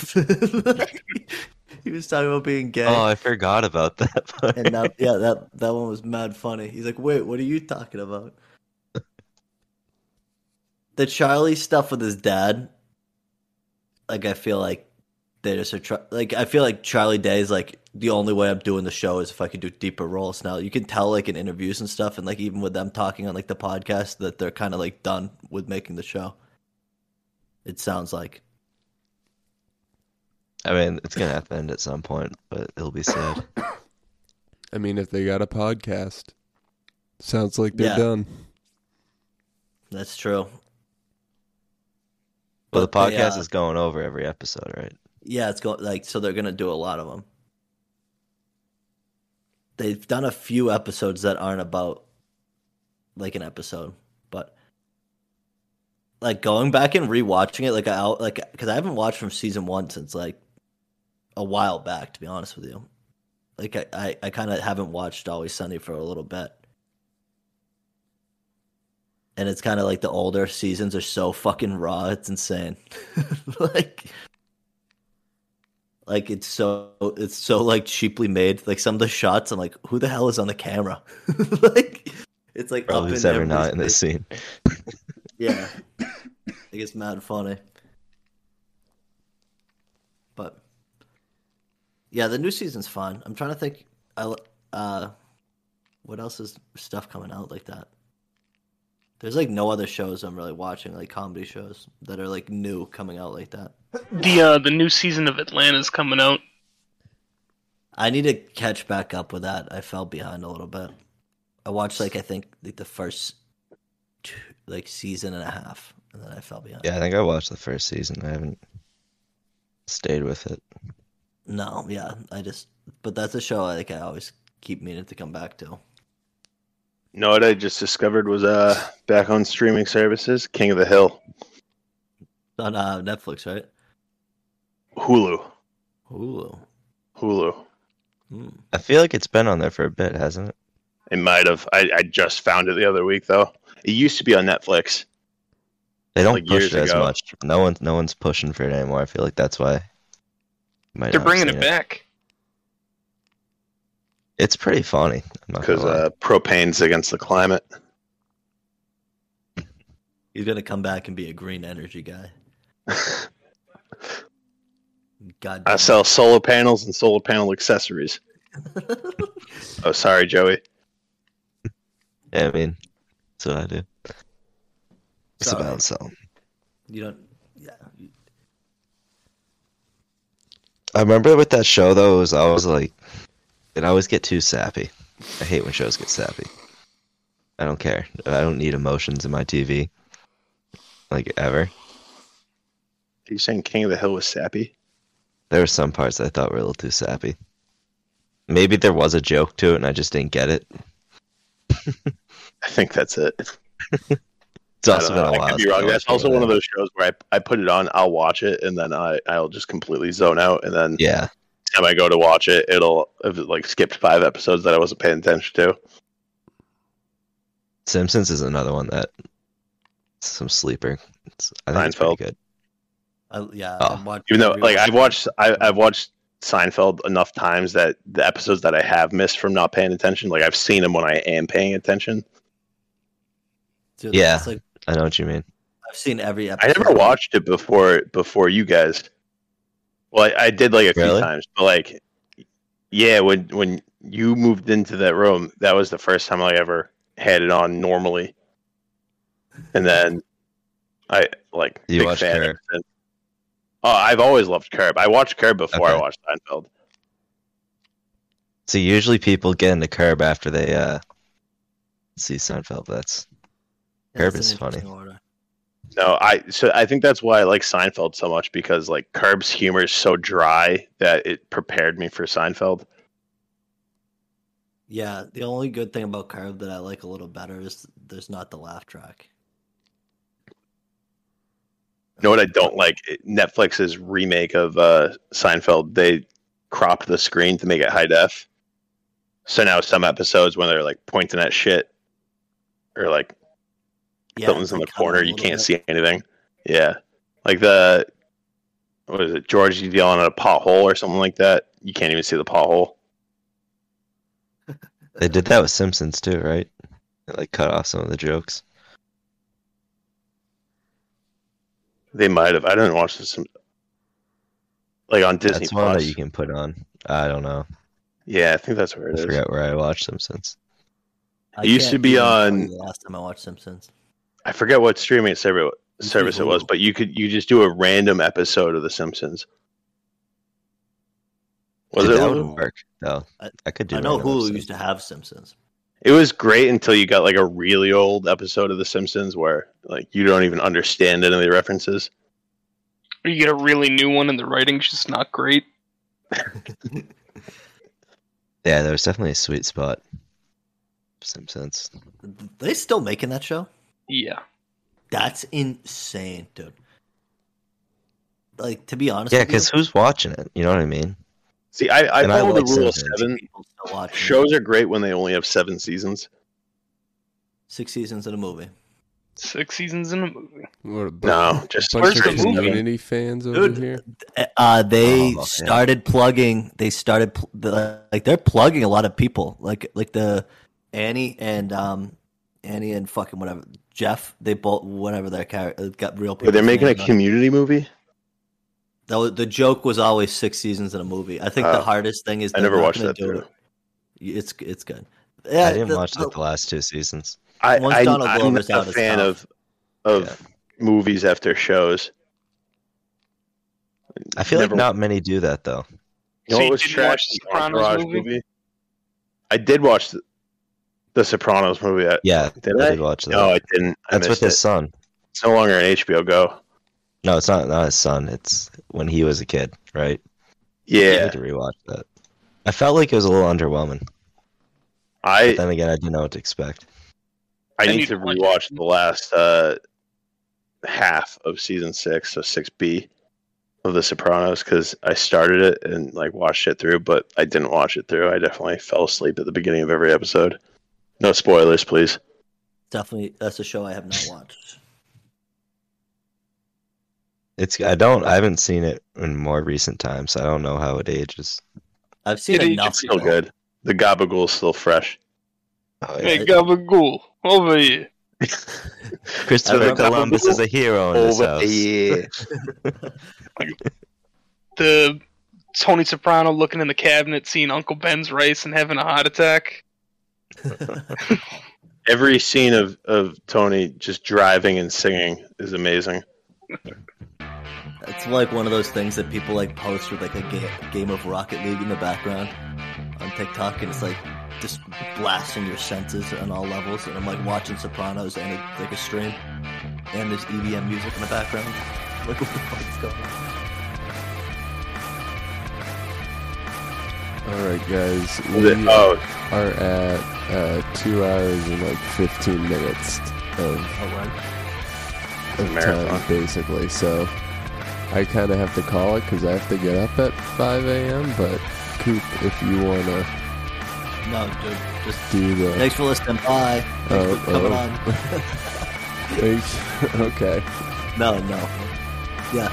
he was talking about being gay,
oh, I forgot about that. part.
and that, yeah, that that one was mad funny. He's like, "Wait, what are you talking about?" the Charlie stuff with his dad, like I feel like they just are try- like I feel like Charlie Day is like the only way I'm doing the show is if I can do deeper roles. Now you can tell like in interviews and stuff, and like even with them talking on like the podcast that they're kind of like done with making the show. It sounds like
I mean, it's gonna have to end at some point, but it'll be sad.
I mean, if they got a podcast, sounds like they're
Yeah.
done.
that's true.
Well, the
But they,
podcast
uh,
is going over every episode, right?
Yeah, it's going like so they're gonna do a lot of them. They've done a few episodes that aren't about like an episode, but like going back and rewatching it, like I like because I haven't watched from season one since like a while back, to be honest with you. Like I, I, I kind of haven't watched Always Sunny for a little bit, and it's kind of like the older seasons are so fucking raw, it's insane. like like it's so it's so like cheaply made like some of the shots i'm like who the hell is on the camera like it's like
Probably
up
who's
in
ever not in
everybody's
this scene.
face. yeah like it's mad funny but yeah the new season's fun i'm trying to think i l- uh what else is stuff coming out like that there's like no other shows i'm really watching like comedy shows that are like new coming out like that
The uh, the new season of Atlanta's coming out.
I need to catch back up with that. I fell behind a little bit. I watched like I think like the first two, like season and a half, and then I fell behind.
Yeah, I think I watched the first season. I haven't stayed with it.
No, yeah, I just but that's a show I like I always keep meaning to come back to.
You know what I just discovered was uh back on streaming services, King of the Hill,
On uh, Netflix, right?
Hulu,
Hulu.
Hulu.
Hmm.
I feel like it's been on there for a bit, hasn't it?
It might have. I, I just found it the other week though. It used to be on Netflix.
They don't
Like,
push
years
it as
ago.
much. No one's no one's pushing for it anymore. I feel like that's why. you might
They're
not have
bringing
seen
it back.
It's pretty funny. I'm not
because
gonna lie.
uh, propane's against the climate.
He's gonna come back and be a green energy guy. God.
I sell solar panels and solar panel accessories. oh, sorry, Joey.
Yeah, I mean, that's what I do. It's
Sorry.
about selling.
You don't. Yeah.
I remember with that show though, it was always like, it always get too sappy. I hate when shows get sappy. I don't care. I don't need emotions in my TV, like ever.
Are you saying King of the Hill was sappy?
There were some parts I thought were a little too sappy. Maybe there was a joke to it, and I just didn't get it.
I think that's it.
It's also
I,
been
don't
a
know.
while.
I could
since
be wrong.
watched
That's also
it.
one of those shows where I, I put it on, I'll watch it, and then I, I'll just completely zone out. And then
Yeah,
every time I go to watch it, it'll have like skipped five episodes that I wasn't paying attention to.
Simpsons is another one that some sleeper. It's, I think it's pretty
Seinfeld.
good.
I, yeah.
Oh.
I'm watching,
Even though, like, I've watched I, I've watched Seinfeld enough times that the episodes that I have missed from not paying attention, like I've seen them when I am paying attention.
Dude,
yeah.
that's, Like,
I know what you mean.
I've seen every
I
episode.
never watched it before before you guys. Well, I, I did like a few
Really?
times, but like, yeah, when when you moved into that room, that was the first time I ever had it on normally, and then I like
You
big
watched
fan
Curb.
ever since. Oh, I've always loved Curb. I watched Curb before I
Okay.
watched Seinfeld.
So usually people get into Curb after they uh see Seinfeld. That's Curb
That's
is
an
funny.
interesting order.
No, I so I think that's why I like Seinfeld so much because like Curb's humor is so dry that it prepared me for Seinfeld.
Yeah, the only good thing about Curb that I like a little better is there's not the laugh track.
You know what I don't like? Netflix's remake of uh, Seinfeld. They cropped the screen to make it high def. So now some episodes when they're like pointing at shit or like
Yeah,
something's
it's
in the
like cut a
corner, you
little
can't
bit.
see anything. Yeah, like the what is it? George yelling at a pothole or something like that. You can't even see the pothole.
They did that with Simpsons too, right? They like cut off some of the jokes.
They might have. I didn't watch this. Like on Disney
That's one
Plus.
that you can put on. I don't know.
Yeah, I think that's where it
I
is.
forgot where I watched Simpsons.
I
It used to
can't
be
even tell
on-
you The last time I watched Simpsons.
I forget what streaming server
It's
service it was,
Hulu.
but you could you just do a random episode of The Simpsons. Was
Dude,
it?
that
Hulu?
would work though.
I-
I could do.
I know
random
Hulu
episodes.
used to have Simpsons.
It was great until you got like a really old episode of The Simpsons where like you don't even understand any of the references.
Or you get a really new one and the writing's just not great.
Yeah, there was definitely a sweet spot. Simpsons.
They still making that show?
Yeah.
That's insane, dude. Like to be honest,
Yeah,
with you,
because who's watching it? You know what I mean?
See, I, I
And I
follow
like
the rule
Simpsons.
of seven.
people still watch it.
Shows are great when they only have seven seasons.
six seasons in a movie.
Six seasons in a movie.
What a bu-
No, just
bunch
Where's
of
the movie?
community fans over
Dude.
here.
Uh, they
Oh, yeah.
started plugging. They started pl- the, like they're plugging a lot of people, like like the Annie and um Annie and fucking whatever Jeff. They both whatever their character got real.
Wait, they're
people's
making a
names on it.
community movie.
The, the joke was always six seasons in a movie. I think the
Oh.
hardest thing is
I
they're
never
not
watched
gonna
that
do
through.
it. It's it's good. Yeah,
I didn't
the- oh,
watch
the-
like the last two seasons.
I,
Once
I,
Donald
I'm
Glover's
not
out,
a
it's
fan
tough.
of of movies after shows.
I feel
Never-
like not many do that though.
So
You know what
you
was
didn't
trash?
watch
The
the Sopranos
Entourage
movie?
I did watch the, the Sopranos movie. I,
Yeah,
Did
I
I?
did watch that.
no, I didn't. I
uh, That's
missed
with his
it.
son.
It's no longer on HBO Go.
No, it's not not his son. It's when he was a kid, right? I
Yeah,
need to rewatch that. I felt like it was a little underwhelming. But
I
then again, I didn't know what to expect.
I
I
need
need
to
to watch
rewatch
it.
the last uh, half of season six, so six B of the Sopranos, because I started it and like watched it through, but I didn't watch it through. I definitely fell asleep at the beginning of every episode. No spoilers, please.
Definitely, that's a show I have not watched.
It's I don't I haven't seen it in more recent times. So I don't know how it ages.
I've seen
It is-
enough.
it's
Still
though.
good. The Gabagool's still fresh.
Oh, yeah.
Hey, Gabagool, over here.
Christopher
remember-
Columbus is a hero in this
Over
house.
the year.
The Tony Soprano looking in the cabinet, seeing Uncle Ben's rice and having a heart attack.
every scene of, of Tony just driving and singing is amazing.
It's like one of those things that people like post with like a ga- game of Rocket League in the background on TikTok, and it's like just blasting your senses on all levels. And I'm like watching Sopranos and it, like a stream, and there's EDM music in the background. Like what the fuck's going on?
All right, guys.
The-
we-
oh,
are at uh, two hours and like 15 minutes of,
Oh, right.
of
marathon.
time, basically. So I kind of have to call it because I have to get up at 5 a.m. But Coop, if you want to
No, dude. Just
do the.
thanks for listening. Bye. Thanks
Oh,
for coming
oh.
on.
Thanks. okay.
No, no. Yeah.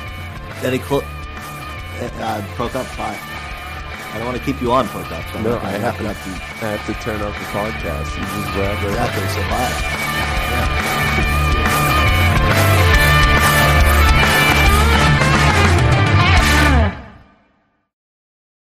Any clo- uh, uh, poke up? Bye. I don't want to keep you on poke up. So I'm
No,
not gonna
I
wrap
have
it
to.
up.
I have to turn off the podcast. You just grab it.
Exactly. So bye. Yeah.